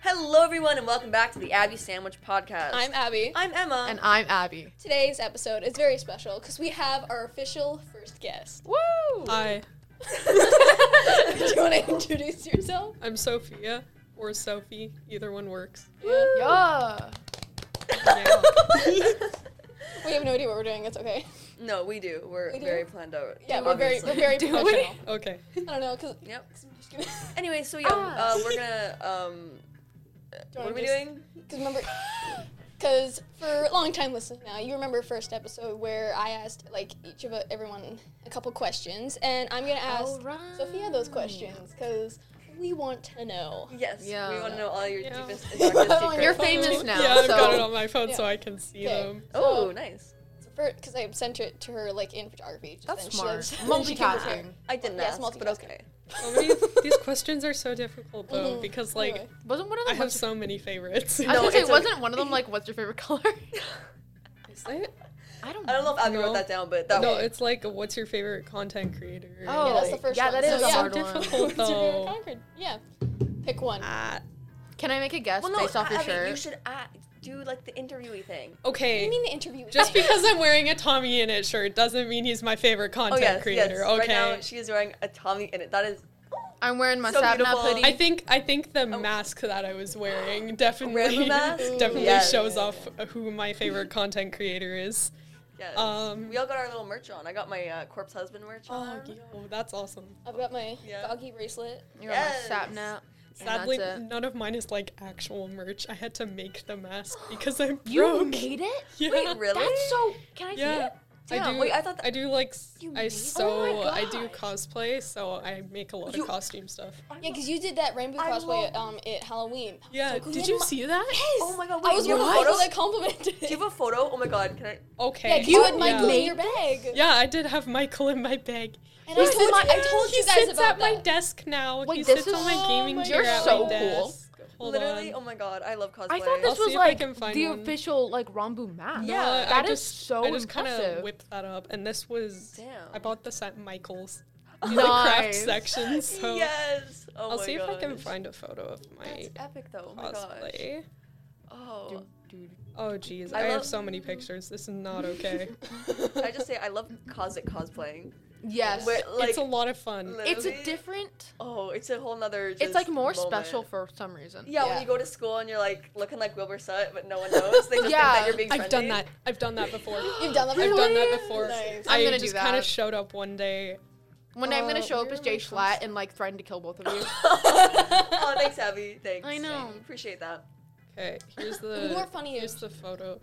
Hello, everyone, and welcome back to the Abby Sandwich Podcast. I'm Abby. I'm Emma. And I'm Abby. Today's episode is very special because we have our official first guest. Woo! Hi, Do you want to introduce yourself? I'm Sophia or Sophie. Either one works. Yeah. Yeah. We have no idea what we're doing. It's okay. no, we do. We're We do? very planned out. Yeah, we're very we're obviously. very Do we? professional. Okay. I don't know because Yep. because Anyway, so yeah, Ah. uh, we're gonna. Um, what are we just- doing? remember because for long time listeners now you remember first episode where I asked like each of uh, everyone a couple questions and I'm gonna Oh, ask Sophia those questions because we want to know. Yes. Yeah. We want to know all your Yeah. deepest and You're darkest secrets. You're famous now. yeah, I've so. got it on my phone so Yeah. I can see Okay. them. Oh, nice. because I sent it to her like in photography. Just That's then smart. She, she came with her. Multitasking. I didn't Yes, ask, but multitasking. okay. So many, Oh, these questions are so difficult though Mhm. because like Anyway. Wasn't one of I them? have What's your, so many favorites. I was No, gonna say, it's wasn't one of them like, "What's your favorite color"? Is it? I don't. I don't know if Abby wrote No. that down, but that no, was. it's like what's your favorite content creator? Oh, Yeah, that's the first yeah, one. that So, is a yeah. hard Different. one. Oh, It's your favorite no. conquered. Yeah. Pick one. Ah, Can I make a guess Well, no, based off your Abby, shirt? you should uh, do like the interviewee thing. I okay. mean the interview. Just because I'm wearing a Tommy in it shirt doesn't mean he's my favorite Oh content yes, creator. yes. Okay. Right now she is wearing a Tommy in it. That is I'm wearing my So Sabna beautiful. hoodie. I think I think the mask that I was wearing definitely Random mask? Ooh. definitely Yes. shows off who my favorite content creator is. yes. Um, we all got our little merch on. I got my uh, corpse husband merch Oh, on. yo, that's awesome. I've got my Yeah. doggy bracelet. You're Yes. on my Sapna. Sadly, and that's it. none of mine is like actual merch. I had to make the mask because I'm broke. it? Yeah. Wait, really? That's so. Can I Yeah. see it? I Damn. do. wait, I thought that- I do like. s- You I made- so Oh my I do gosh. cosplay, so I make a lot You- of costume stuff. Yeah, because you did that rainbow I cosplay love- um at Halloween. Yeah. So cool. Did had you my- see that? Yes. Oh my god! Wait, I was you one have of a the photo? people that complimented. Do you have a photo? Oh my god! Can I? yeah, Okay. 'cause you had Yeah. Michael in Yeah. your bag. Yeah, I did have Michael in my bag. And I He's told, in my- you, I told he you guys sits about at my that. desk now. Wait, he this sits is- on my Oh gaming my chair God. at So cool. my desk. Hold Literally, oh on. my god! I love cosplay. I thought this I'll was see if I like can find the one. official like Rambu map. Yeah. No, That I is just, so I just kind impressive. of whipped that up, and this was Damn. I bought this at Michael's Nice. in the craft section. So yes. Oh I'll my see if I can gosh. find a photo of my That's epic though. Oh my gosh. cosplay. Oh, Dude, dude. Oh geez, I I, have love- so many pictures. This is not okay. I just say I love cosmic cosplaying. Yes. Where, like, it's a lot of fun. It's a literally- different. Oh, it's a whole nother. It's like just more moment. special for some reason. Yeah, when Yeah. you go to school and you're like looking like Wilbur Sutt, but no one knows. They just think that Yeah. you're being. I've done trendy. that. I've done that before. You've done that I've before. done that before. Nice. I'm I gonna do just kind that. of showed up one day. One day I'm Oh, gonna Uh, show up where as are Jay my Schlatt and like threaten to kill both of you. oh, thanks, Abby. Thanks. I know. Thank you. Appreciate that. Okay, here's the More funny here's is- the photo.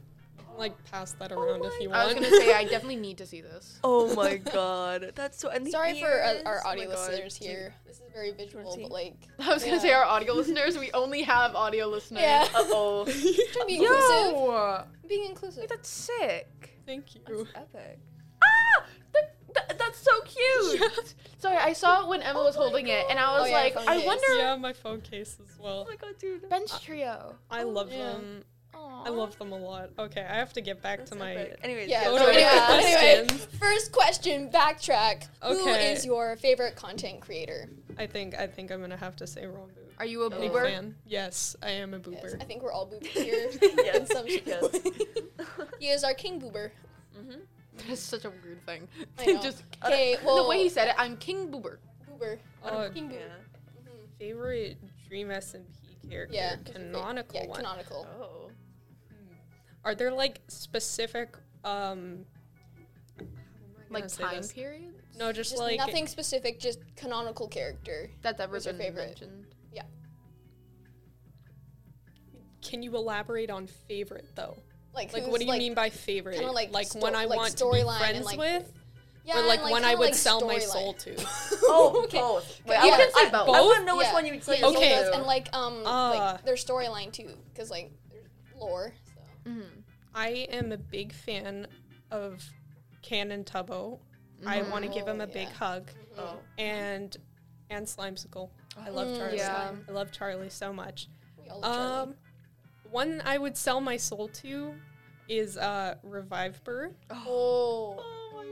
Like pass that around if my you I was want. gonna say I definitely need to see this. Oh my god, that's so. And the Sorry for uh, ears. our Oh my audio God. listeners Do you- here. This is very visual, see? but like. I was gonna Yeah. say our audio listeners. We only have audio listeners. Yeah. Uh oh. Trying to be inclusive. Yo, Being inclusive. that's sick. Thank you. That's epic. Ah, that, that, that's so cute. Sorry, I saw it when Emma was holding it, and I Oh, was yeah, like, phone I case. wonder. Yeah, my phone case as well. Oh my god, dude. Bench trio. I love Oh, yeah. them. I love them a lot. Okay, I have to get back That's to my epic. Anyways, Yeah. go so photo to it. yeah, anyway, questions. first question. Backtrack. Who Okay. is your favorite content creator? I think I think I'm gonna have to say wrong boob. Are you a Big boober? fan. Yes, I am a Yes, boober. I think we're all boobers here. in Yes, some shape or yes. way. he is our king boober. That is such a weird thing. I know. Just Okay, well, the way he said it, I'm King Boober. boober. Oh, Uh, King Yeah. boober. favorite Dream S and P character, Yeah. canonical yeah, one. Canonical. Oh. Are there like specific um? how am I Like gonna say time this? period No, just, Just like nothing specific, just canonical character. that's ever Who's your been favorite? mentioned. Can you elaborate on favorite though? Like, Like, who's, what do you like, mean by favorite? kinda like sto- one I like want to be storyline and, friends like- with, Yeah, or like and, one kinda I would like sell my storyline. soul to. Oh, Okay. both. Wait, You I wanna- can say I- both. I want to know which Yeah. one you'd say. Yeah, yes Okay. to. And like um, Ah. like their storyline too, because like there's lore. So. I am a big fan of Canon Tubbo. I Mm-hmm. want to give him a Oh, big yeah. hug. Oh. and and Slimesicle. I love Mm, Charlie. yeah. I love Charlie so much. We all love Um, one I would sell my soul to is uh Revive Bird. Charlie. Oh. Oh my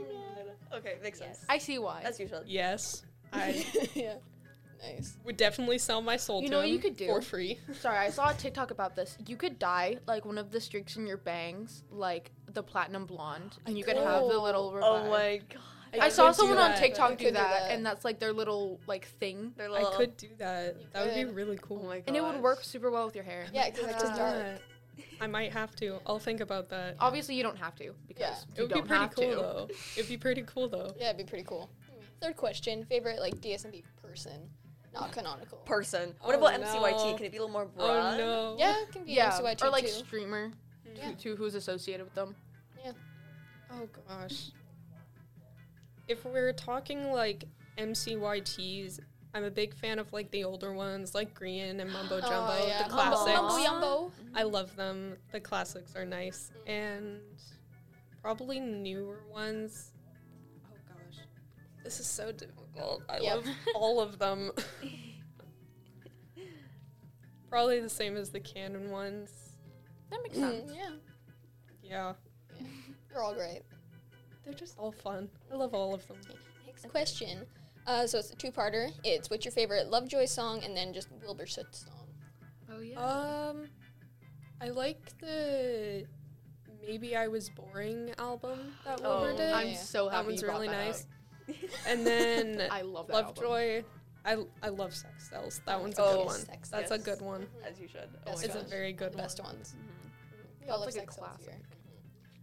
god. Okay, makes sense. I see why. As usual. Yes, I yeah. Nice. Would definitely sell my soul You to know what him you could do? for free. Sorry, I saw a TikTok about this. You could dye like one of the streaks in your bangs, like the platinum blonde, and you could have the little. Oh Revive. my god. I could saw do someone on that. I TikTok could do do that, that. and that's like their little like thing, They're I little. could do that. That would be could. really cool. Oh my god. and it would work super well with your hair. Yeah, because it's God. dark. I might have to. I'll think about that. Obviously, you don't have to because Yeah. It you would be don't pretty have cool to. though. It'd be pretty cool though. Yeah, it'd be pretty cool. Third question: favorite like DSMB person, not canonical. Person. What Oh about MCYT? no. Can it be a little more broad? Oh no. yeah, it can be Yeah, MCYT or like too. streamer, Yeah. to who's associated with them. Oh gosh. If we're talking like MCYTs, I'm a big fan of like the older ones, like Green and Mumbo Jumbo, Oh, Uh, yeah. the Mumbo- classics. Mumbo Jumbo. I love them. The classics are nice, and probably newer ones. Oh gosh, this is so difficult. I Yep. love all of them. probably the same as the canon ones. That makes sense. Mm, yeah, Yeah, they're all great. they're just all fun. I love all of them. Next question. Uh, so it's a two-parter. It's what's your favorite Lovejoy song, and then just Wilbur Soot song. Oh yeah. Um, I like the maybe I was boring album that Oh, Wilbur did. I'm Yeah. so happy. that one's you brought really that nice. up. and then I love that album. Lovejoy. I, I love Sex Cells. That one's a Oh, good one. Sex That's a Cells. good one. As you should. Oh Best my It's god. a gosh. very good the one. best ones. Mm-hmm. We all love That's like a sex Cells classic. here.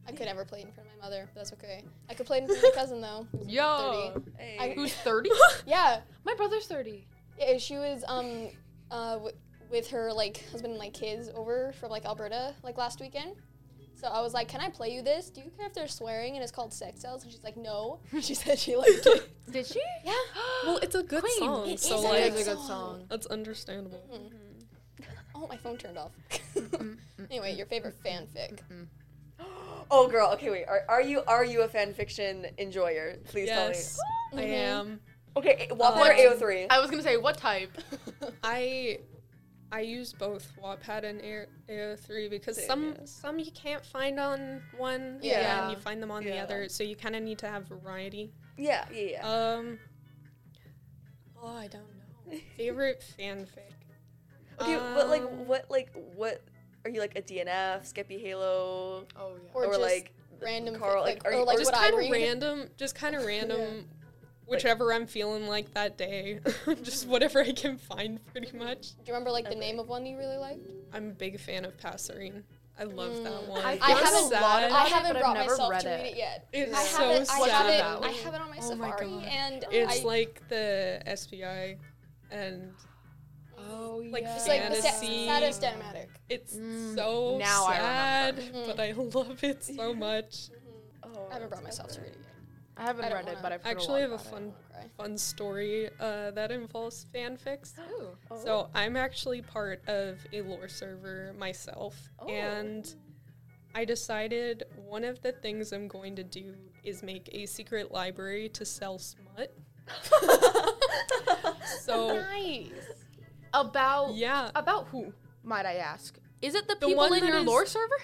I could never play it in front of my mother, but that's okay. I could play it in front of my cousin though. who's Yo, 30. Hey. I- who's thirty? Yeah, My brother's thirty. yeah. She was um, uh, w- with her like husband and like kids over from like Alberta like last weekend. So I was like, "Can I play you this? Do you care if they're swearing and it's called sex cells?" And she's like, "No." She said she liked it. Did she? yeah. Oh, Well, it's a good Queen. song, It so is a like good good song. song. that's understandable. Oh, my phone turned off. anyway, your favorite fanfic. Oh girl, okay, wait. Are, are you are you a fan fiction enjoyer? Please Yes, I Mhm. tell am. me. Um, Okay, eh, Wattpad What- or AO3? I was gonna say what type. I I use both Wattpad and Air, AO3 because Same, some yeah. some you can't find on one Yeah. and you find them on the Yeah. other, so you kind of need to have variety. yeah, yeah, yeah. Um Oh, I don't know. Favorite fanfic. okay, but like um, what like what are you like a DNF, Skippy Halo, Oh yeah. Or, just like random Carl, Carl, like, like, are or you- like just what I kind of read. random, just kind of random whichever I'm feeling like that day. just whatever I can find pretty much. Do you remember like the Okay. name of one you really liked? I'm a big fan of Passerine. I love that Mm. one. I- It's I You're haven't, sad. I it, haven't but I've brought never myself read to it. read it yet. It's I so have it. I sad. have it. sad. I have it on my Oh my Safari, God. and It's I, like the SBI, and Oh yeah. Like, it's like the sa- fantasy. saddest animatic. it's Mm, so now I sad, remember. but I love it so much. Oh, I haven't brought that's myself to ever- read it yet. I haven't I don't read it, wanna- but I've heard I actually a have a lot about fun, I wanna fun story uh, that involves fanfics. it. Ooh. Oh. So I'm actually part of a lore server myself, Oh. and I decided one of the things I'm going to do is make a secret library to sell smut. so Nice. About Oh. yeah, about who might I ask? Is it the, The people one in that your is- lore server?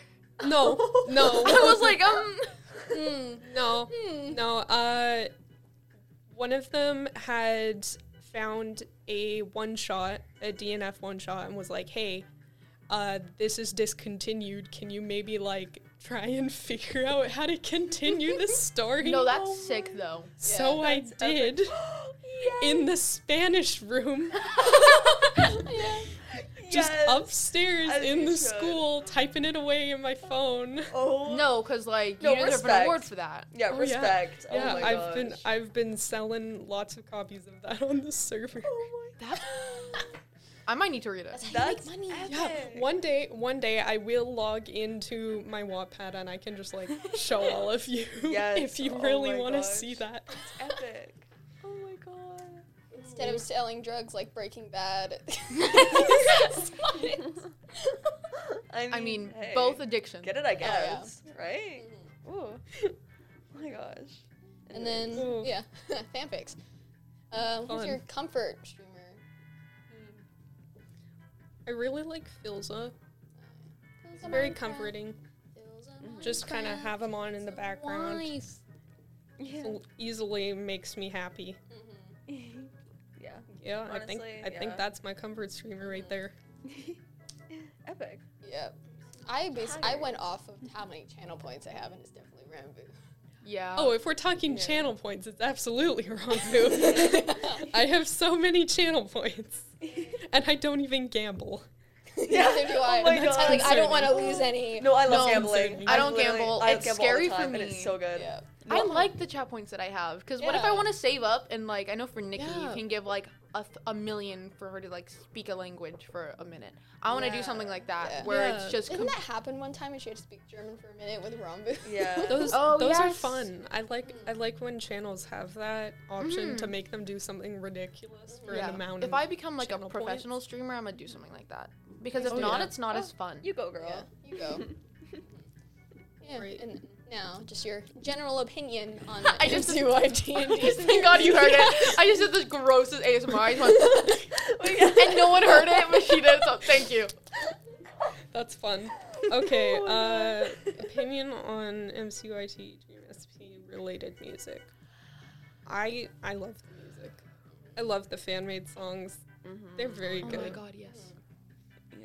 no, no, I was like, um. Mm. no, Hmm. no. Uh, one of them had found a one shot, a DNF one shot, and was like, "Hey, uh, this is discontinued. Can you maybe like try and figure out how to continue this story?" No, that's sick though. so I did in the Spanish room, just Yes, upstairs as in you the should. school, typing it away in my phone. Oh No, because like No, you deserve an award respect. for that. Yeah, Oh, yeah. respect. Oh yeah, my I've gosh. been I've been selling lots of copies of that on the server. Oh That I might need to read it. That's how you That's make money. Yeah, epic. one day, one day I will log into my Wattpad and I can just like show all of you Yes, if you oh really my want to gosh. see that. epic. Oh my god. Instead of selling drugs like Breaking Bad. I mean, I mean, hey, both addictions. Get it, I yeah. guess. Right? Ooh. Oh my gosh. and then Ooh. yeah, fanfics. Um, who's Fun. your comfort streamer? I really like Filza. Hmm. It's very comforting. Mm-hmm. Just kind of have him on in the background. yeah. L- Easily makes me happy. yeah. Yeah, I think Honestly, I think yeah. that's my comfort streamer right there. Epic. Yep. I basically I Tired. went off of how many channel points I have, and it's definitely Rambo. Yeah. Oh, if we're talking Yeah. channel points, it's absolutely wrong move. I have so many channel points, and I don't even gamble. Neither do I. Oh my And that's God. I, like, I don't want to Concerning. lose any. No, I No, love I'm gambling. saving. I don't literally- gamble. I It's gamble all scary the for time, and it's me. so good. Yeah. I like the chat points that I have because what if I Yeah. want to save up and like I know for Nikki you Yeah. can give like a, th- a million for her to like speak a language for a minute. I want to do Yeah. something like that Yeah. where Yeah. it's just Didn't com- that happen one time and she had to speak German for a minute with Rambo? Yeah. Those Oh, those are yes. fun. I like I like when channels have that option to make them do something ridiculous for yeah. an amount. If of I become like a channel points. professional streamer, I'm gonna do something like that because if Oh, not, yeah. it's not Oh, as fun. You go, girl. Yeah, you go. Yeah, Right. and now just your general opinion on I I just- just MCYT Thank God you heard it. I just did the grossest ASMR. I just went, and no one heard it, but she did. So thank you. That's fun. Okay, uh, opinion on MCYT Dream SP related music. I I love the music. I love the fan made songs. They're very Oh good. my God, yes.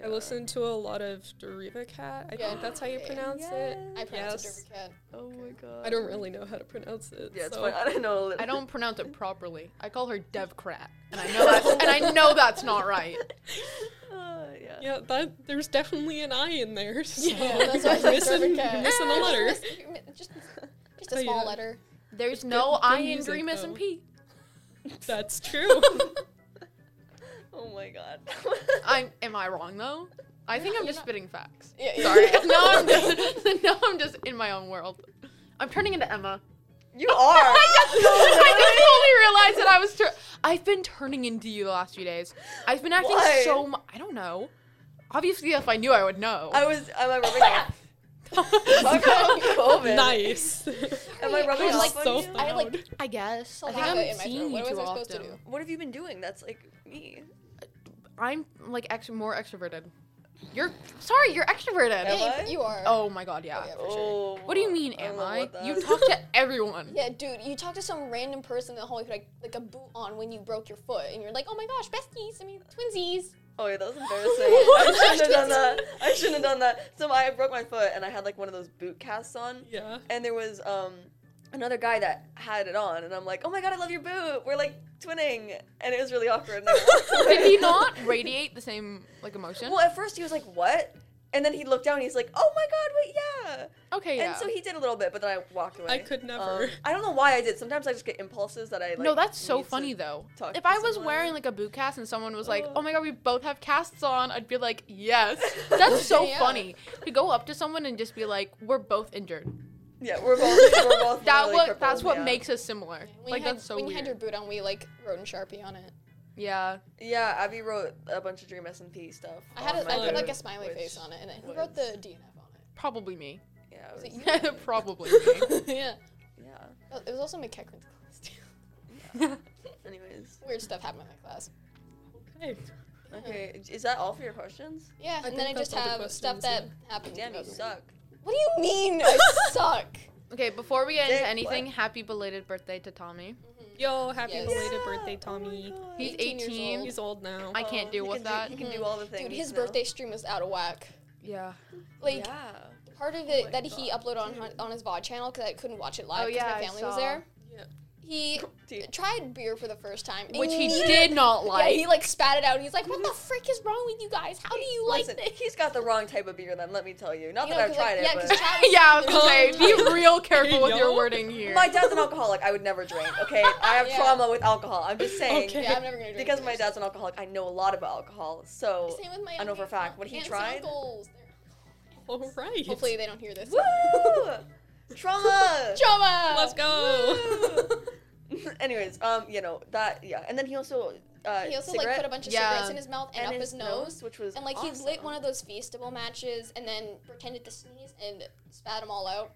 I listened to a lot of Deriva Cat. I think Yeah. that's how you Yeah. pronounce it. I pronounce Yes. it Derby Cat. Oh my god. I don't really know how to pronounce it. Yeah, it's so- fine. I don't know. I don't pronounce it properly. I call her Devcrat, and I know that's, and I know that's not right. Uh, yeah. Yeah, that there's definitely an I in there. So Yeah, that's why I you're said missing, Derby Cat. you're missing a Ah, letter. Just, just, just Oh, a small yeah. letter. There's Good- no good I in music, Dream though. SMP. That's true. Oh my god. I am I wrong though? I think I'm You're just not- spitting facts. Yeah, yeah. Sorry. now I'm just now I'm just in my own world. I'm turning into Emma. you are. Oh I just, I just totally realized that I was. Tur- I've been turning into you the last few days. I've been acting Why? so. Mu- I don't know. Obviously, if I knew, I would know. I was. Am I rubbing off? Talk about COVID. nice. Am I rubbing I off like on so you? loud. I like I guess. I think saliva I'm in my seeing throat. you What too was I often. supposed to do? What have you been doing? That's like me. I'm like ex- more extroverted. You're sorry. You're extroverted. Am Yeah, I? you, you are. Oh my god. Yeah. yeah, for sure. Oh. What do you mean? I don't Am know I? about that. You talk to everyone. Yeah, dude, you talk to some random person in the hallway who had, like like a boot on when you broke your foot, and you're like, oh my gosh, besties, I mean twinsies. Oh, yeah, that was embarrassing. I shouldn't have done that. I shouldn't have done that. So I broke my foot and I had like one of those boot casts on. Yeah. and there was um another guy that had it on and I'm like, Oh my god, I love your boot. We're like twinning and it was really awkward. And I walked away. Did he not radiate the same like emotion? Well at first he was like, What? And then he looked down and he's like, Oh my god, wait, yeah. Okay. Yeah. And so he did a little bit, but then I walked away. I could never. Um, I don't know why I did. Sometimes I just get impulses that I like no, that's so need to- funny though. talk If to I was someone. wearing like a boot cast and someone was like, Oh. "Oh my god, we both have casts on," I'd be like, "Yes." That's so Yeah. funny to go up to someone and just be like, "We're both injured." Yeah, we're both we're both That really what that's crippled, what yeah. makes us similar. When like you had, that's so when weird. you had your boot on, we like wrote in Sharpie on it. yeah. Yeah, Abby wrote a bunch of Dream S and P stuff. I had on a, I my put like boot, a smiley Oh, which- face on it, and then who was- wrote the DNF on it? Probably me. Yeah, it Was was, it you? Probably me. yeah. yeah. Oh, It was also McKechnie's class too. Anyways, Weird stuff happened in my class. Okay. okay. Is that all for your questions? Yeah, I and then I think just that's all the have stuff questions, that happened. Damn, you throughout the week. suck. What do you mean I suck? okay, before we get into Dick, anything, happy belated birthday to Tommy. Yo, happy Yes. belated Yeah, birthday, oh my Tommy. God. He's 18 years 18. old. He's old now. I can't Oh, deal he with can that. Do, he can do all the things. Dude, his now. birthday stream was out of whack. Yeah. Like yeah. part of my it that he God, uploaded on on his VOD channel because I couldn't watch it Oh, live because yeah, I my family was saw. there. Yeah. He Dude. tried beer for the first time, and Which he needed- did not Yeah, like. he like spat it out, and he's like, "What the frick is wrong with you guys? How do you like Listen, this?" he's got the wrong type of beer. Then let me tell you. Not You that know, I've 'cause, tried like, it, yeah, 'cause but Chad was yeah, I was saying gonna say, that- be real careful with your Yo. wording here. my dad's an alcoholic. I would never drink. Okay, I have Yeah. trauma with alcohol. I'm just saying. Okay. Yeah, I'm never gonna drink Because beer, my so- dad's an alcoholic, I know a lot about alcohol. So Same with my I know for a fact when he aunts and tried- uncles. They're- All right. Hopefully they don't hear this. woo, trauma. Drama. Let's go. Anyways, um, you know that yeah, and then he also uh, He also cigarette like put a bunch of Yeah. cigarettes in his mouth and, and up his, nose. which was And like he lit awesome. one of those Feastable matches and then pretended to sneeze and spat them all out.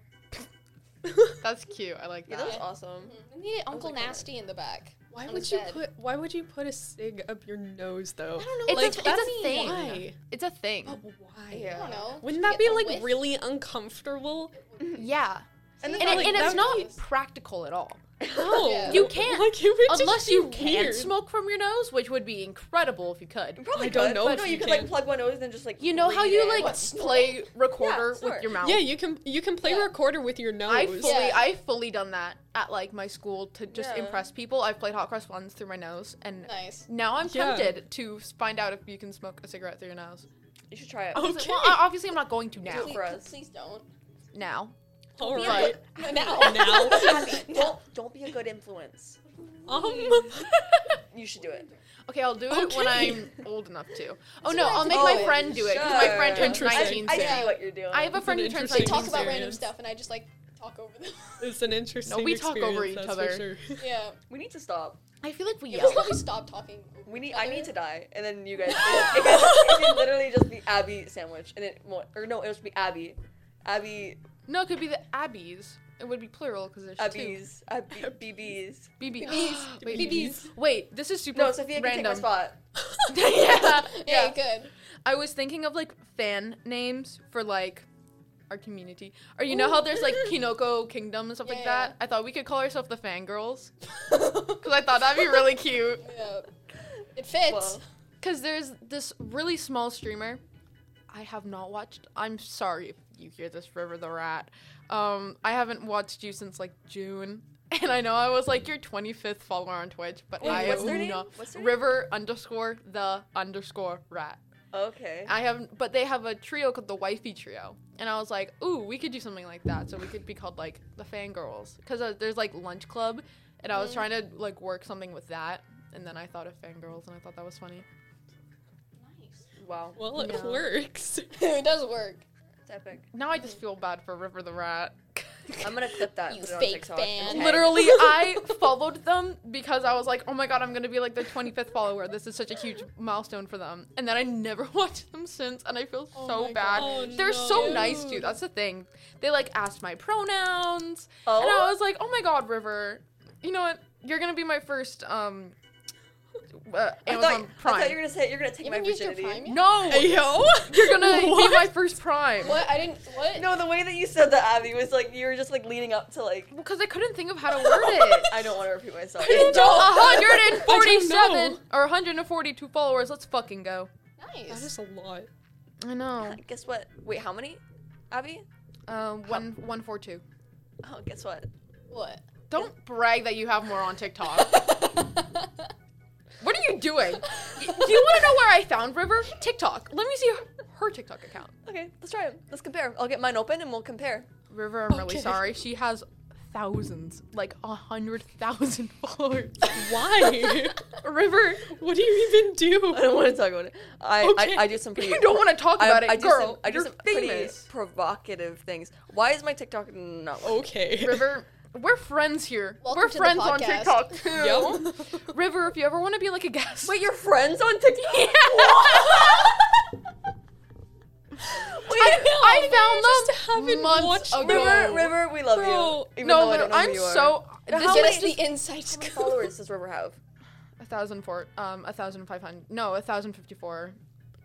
That's cute. I like Yeah, that. that was Yeah. awesome. We needed Uncle like, "Alright." Nasty in the back. Why on would his you bed. put Why would you put a sig up your nose though? I don't know. It's what a- it's a that's- thing. Why? It's a thing. But why? Yeah. I don't know. Wouldn't Just get that be the like whiff. really uncomfortable? Yeah. And And, it's it- like and it's that- not practical at all. No, Yeah. You can't. Like it would just Unless be you can weird. smoke from your nose, which would be incredible if you could. Probably I don't could. know No, if you you could like can. plug one nose and then just like. You know how breathe you in. like What, snore? play recorder snore. with your mouth. Yeah, you can you can play Yeah. recorder with your nose. I fully, Yeah. I fully done that at like my school to just Yeah. impress people. I've played hot cross buns through my nose, and Nice. now I'm Yeah. tempted to find out if you can smoke a cigarette through your nose. You should try it. Oh, 'Cause- Okay. Well, I- obviously I'm not going to now. Please, for us. please don't. Now, All But- right. Now. Now. Abby, don't don't be a good influence. Um. You should do it. Okay, I'll do it when Okay. I'm old enough to. Oh That's no, what I I'll have make to my do. friend do it because my friend Sure. turns Interesting. 19 I soon. Yeah. see what you're doing. I have a That's friend an who turns They interesting 19 talk about random experience. stuff, and I just like talk over them. It's an interesting. we talk over experience, each that's for other. sure. yeah. we need to stop. I feel like we It yell. was when we stopped talking. We need. I need to die, and then you guys. It, it, can- it can literally just be Abby sandwich, and it won't. Or no, it'll just be Abby, Abby, no, it could be the Abbeys. It would be plural because there's two. Abby's, Abby, BB's. BB. BBs. Wait, BBs. Wait, this is super No, Sophia can take my random. spot. yeah. Yeah, Yeah. good. I was thinking of like fan names for like our community. Or you know how there's like Kinoko Kingdom and stuff like Yeah. that? I thought we could call ourselves the Fangirls. Because I thought that'd be really cute. Yeah. It fits. Well, Because there's this really small streamer. I have not watched. I'm sorry if you hear this, River the Rat. Um, I haven't watched you since like June. And I know I was like your 25th follower on Twitch, but Wait, I what's am their name? not. What's their name? River underscore the underscore rat. Okay. I have, but they have a trio called the Wifey Trio, and I was like, ooh, we could do something like that. So we could be called like the Fangirls, because uh, there's like Lunch Club, and I Mm. was trying to like work something with that, and then I thought of Fangirls, and I thought that was funny. Wow, Well, it Yeah. works. it does work. it's epic. Now I just feel bad for River the Rat. I'm gonna clip that. and You put it on fake TikTok. fan. Okay. Literally, I followed them because I was like, oh my god, I'm gonna be like their 25th follower. This is such a huge milestone for them. And then I never watched them since, and I feel Oh my so bad. Oh, They're no. so nice too. That's the thing. They like asked my pronouns, and I Oh, was like, oh my god, River, you know what? You're gonna be my first um uh, I Amazon thought, I Prime. thought you were gonna say you're gonna take You my haven't used your virginity. prime yet? no, Yo. you're gonna What? be my first Prime. What? I didn't. What? No, the way that you said that, Abby, was like you were just like leading up to like. Because I couldn't think of how to word it. I don't want to repeat myself. It's Don't- 147 know. or 142 followers. Let's fucking go. That Nice. is a lot. I know. Guess what? Wait, how many? Abby? Um, one one four two. Oh, guess what? What? Don't brag that you have more on TikTok. what are you doing? Y- Do you want to know where I found River? TikTok. Let me see her, her TikTok account. Okay, let's try them. Let's compare. I'll get mine open and we'll compare. River, I'm Okay. really sorry. She has thousands, like a hundred thousand followers. Why? River, what do you even do? I don't want to talk about it. I Okay. I, I do some pretty. you don't want to talk about I, it, I do girl. Some, I do you're some famous. pretty provocative things. Why is my TikTok not? working? Okay. River, we're friends here. Welcome we're to the friends on podcast. TikTok too. Yep. River, if you ever want to be like a guest, Wait, you're friends on TikTok? I, I found haven't them months watched ago. River, River, we love Bro. you. Even no, though I no, don't know who I'm you are. so. This How Get many- us the How inside many scoop. followers does River have? A thousand four, um, a thousand five hundred. No, a thousand fifty-four.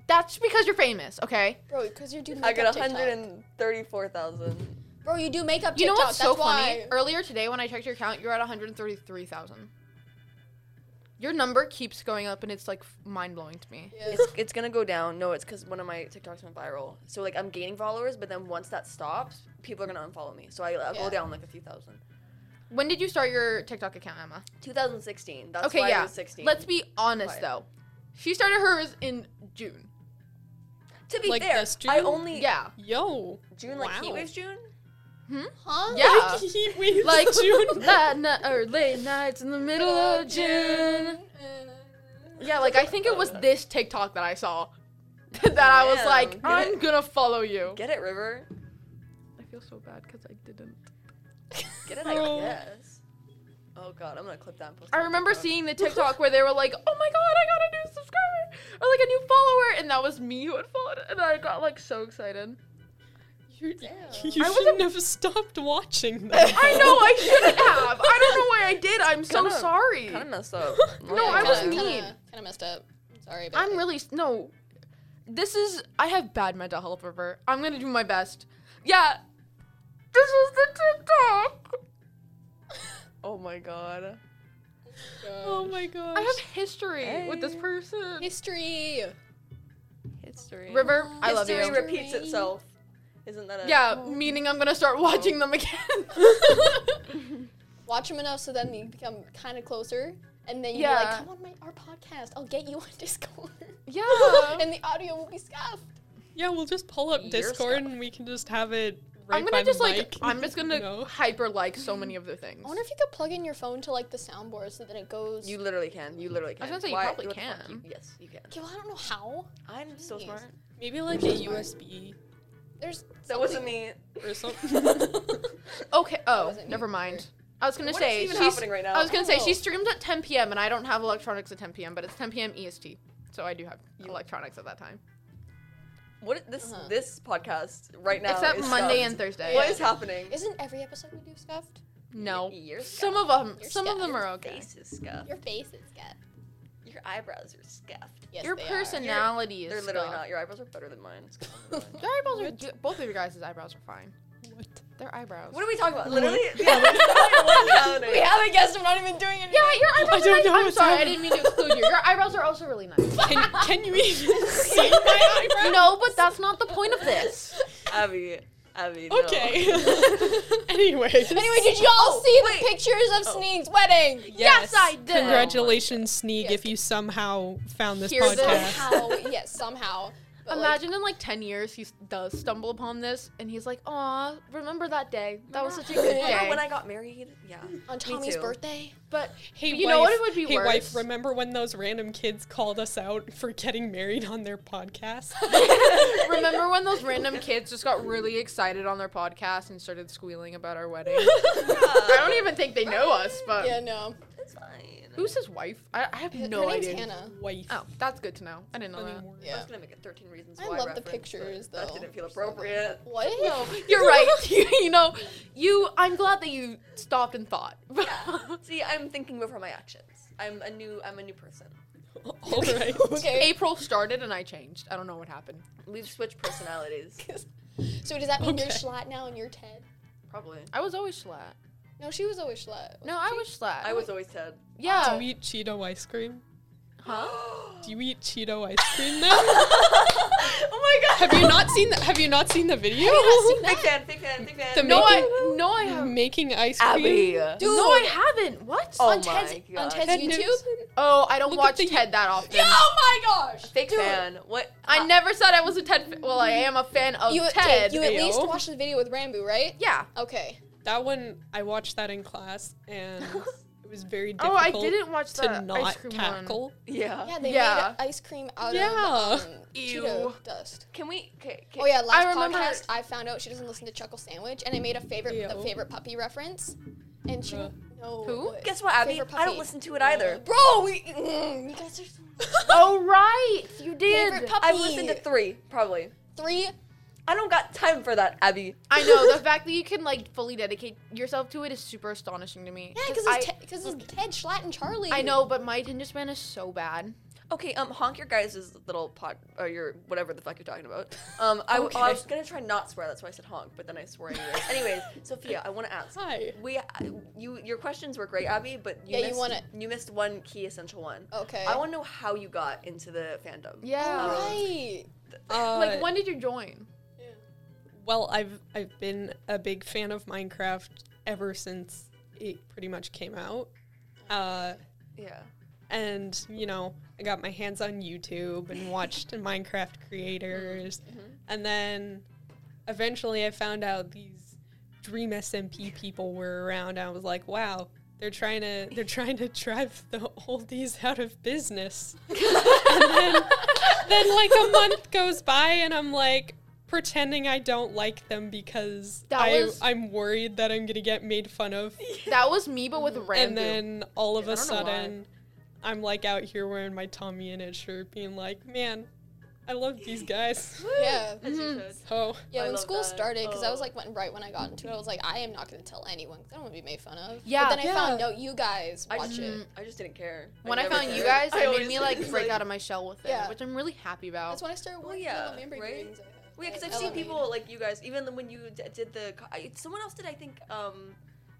That's because you're famous, okay? Bro, because you do makeup I got TikTok. 134,000. Bro, you do makeup You know TikTok. what's That's so funny? why. Earlier today, when I checked your account, you're at one hundred thirty-three thousand. Your number keeps going up, and it's like mind blowing to me. Yeah. It's, it's gonna go down. No, it's because one of my TikToks went viral. So like I'm gaining followers, but then once that stops, people are gonna unfollow me. So I, I'll Yeah. go down like a few thousand. When did you start your TikTok account, Emma? 2016. That's okay, why yeah. I was 16. Let's be honest Why? though. She started hers in June. to be like fair, this I June? only Yeah. Yo. June like he Wow. was June. Huh? Yeah. Heat waves like June. late ni- or late nights in the middle Oh, of June. Yeah, like I think it was this TikTok that I saw that I was like, Damn. I'm gonna follow you. Get it, River. I feel so bad because I didn't. Get it, Bro. I guess. Oh god, I'm gonna clip that. And post it I on remember TikTok. seeing the TikTok where they were like, "Oh my god, I got a new subscriber or like a new follower," and that was me who had followed, it, and I got like so excited. You, Damn. you I was shouldn't have stopped watching that. I know I shouldn't have. I don't know why I did. I'm so Kinda- sorry. Kind of messed up. No, I was kinda, mean. Kind of messed up. Sorry, about I'm that. really no. This is I have bad mental health, River. I'm gonna do my best. Yeah. This is the TikTok. Oh my god. Oh my gosh. I have history with this Hey. person. History. History. River, I love History you. re- repeats itself. Isn't that a yeah, meaning I'm gonna start watching them again. Watch them enough so then you become kind of closer, and then you're Yeah. like, "Come on, my our podcast. I'll get you on Discord, yeah. Uh-huh. and the audio will be scuffed." Yeah, we'll just pull up Your Discord stuff. and we can just have it right I'm by gonna the just like mic. I'm just gonna No. hyper like so many of their things. I wonder if you could plug in your phone to like the soundboard so that it goes. You literally can. You literally can. I was gonna say you probably what the fuck can. you- yes, you can. Okay, well, I don't know how. I'm so Jeez. smart. Maybe like a USB There's That wasn't me. or something. What's Okay. Oh, wasn't never you. mind. I was gonna What say is even she's- happening right now? I was gonna say Oh. she streams at 10 p.m. and I don't have electronics at 10 p.m. But it's 10 p.m. EST, E so I do have electronics at that time. What i- this Uh-huh. this podcast right now? Except is Monday stuffed. and Thursday. What is happening? Isn't every episode we do scuffed? No. You're Some of them. You're Some of them scared. are okay. Face is scuffed. Your face is scuffed. Your eyebrows are scuffed. Yes, your they are. personality is. They're literally stuff. not. Your eyebrows are better than mine. It's Their eyebrows are. good- Both of your guys' eyebrows are fine. what? Their eyebrows. What are we talking about? Literally, yeah, we're literally one counter. We haven't guessed. I'm not even doing it. yeah, your eyebrows. don't are know nice. I'm what's sorry, I happening. didn't mean to exclude you. Your eyebrows are also really nice. Can, can you even see my eyebrows? no, but that's not the point of this. Abby, Abby. no. Okay. Anyways. Anyway, did you all see wait. the pictures of Sneak's wedding? Yes, I did. Congratulations, Sneak, Yes. if you somehow found this Hear this? podcast. Somehow, yes, somehow. But, like, Imagine in like 10 years he s- does stumble upon this and he's like, aw, remember that day? That was such a good Remember day. when I got married? Yeah. on Tommy's too. birthday. but Hey, You wife, know what it would be Hey, worse? wife, remember when those random kids called us out for getting married on their podcast? remember when those random kids just got really excited on their podcast and started squealing about our wedding? I don't even think they know us, but Yeah, no. It's fine. who's his wife? I, I have Her Uh, no name's idea. Hannah. wife. Oh, that's good to know. I didn't know Funny that. word. I Yeah. was gonna make a 13 Reasons I Why. love the reference, but pictures, That though. didn't feel appropriate. What? You're right. You, you know, you. I'm glad that you stopped and thought. See, I'm thinking before my actions. I'm a new. I'm a new person. All right. Okay. April started and I changed. I don't know what happened. We've switched personalities. So does that mean you're Okay. Schlatt now and you're Ted? Probably. I was always Schlatt. No, she was always Schlatt. No, I was Schlatt. I was always Ted. Do Yeah. you eat Cheeto ice cream? Huh? Do you eat Cheeto ice cream now? oh my god. have you not seen the Have you not seen the video? Big fan. Big fan. Big fan. The No, making- I no, I haven't. Making ice cream. Abby. Dude, No, I haven't. What? Oh on my Ted's on God. Ted's Ted YouTube. Nugent? Oh, I don't Look at watch the- Ted that often. Yeah, oh my gosh. Big Dude, fan. What? I never said I was a Ted. Fa- well, I am a fan of You, Ted. Ted, you at least Ayo. watched the video with Rambo, right? yeah. Okay. That one, I watched that in class, and it was very Oh, difficult I didn't watch the to ice not cream cackle. one. Uh, Yeah. Yeah, they Yeah. made ice cream out Yeah. of um, Ew. Cheeto dust. Can we? Can, can, Oh yeah, last remember- podcast I found out she doesn't listen to Chuckle Sandwich, and I made a favorite the Ew. favorite puppy reference, and she Bruh. no. Who? but- Guess what, Abby? Favorite I don't puppy. listen to it either. Bro, we, mm, you guys are so Oh right, you Favorite did. puppy. I've listened to three, probably. three. I don't got time for that, Abby. I know the fact that you can like fully dedicate yourself to it is super astonishing to me. Yeah, because I, it's, Te- 'cause it's Ted, Schlatt, and Charlie. I know, but my attention span is so bad. Okay, um, honk your guys' little pot or your whatever the fuck you're talking about. Um, I, w- I Okay. was gonna try not swear. That's why I said honk, but then I swore anyways. anyways, Sophia, I want to ask. Hi. We, you, your questions were great, Abby, but you Yeah, you missed, wanna- you missed one key essential one. Okay. I want to know how you got into the fandom. All Yeah. right. Uh, like when did you join? Well, I've I've been a big fan of Minecraft ever since it pretty much came out. Uh, Yeah. and you know, I got my hands on YouTube and watched Minecraft creators, Mm-hmm, and then eventually I found out these Dream SMP people were around. I was like, wow. They're trying to they're trying to drive the oldies out of business. then like a month goes by and I'm like pretending I don't like them because That I, was- I'm worried that I'm gonna get made fun of. That was me, but with Rambo. And then all of I a don't know why. sudden I'm like out here wearing my Tommy and it shirt being like, Man, I love these guys. Yeah. As you should. Oh Yeah, I when love school that. started, because I was Oh. like, when, right when I got into it, I was like, I am not going to tell anyone because I don't want to be made fun of. Yeah. But then I Yeah. found out you guys I watch just, it. I just didn't care. when I never found you cared. guys, I it made always- me like it's break out of my shell with it, Yeah. which I'm really happy about. That's when I started Well, working yeah, on the memory right? games. I had, Well, yeah, because like, I've seen Elevate. people like you guys, even when you d- did the. co- I, someone else did, I think. Um,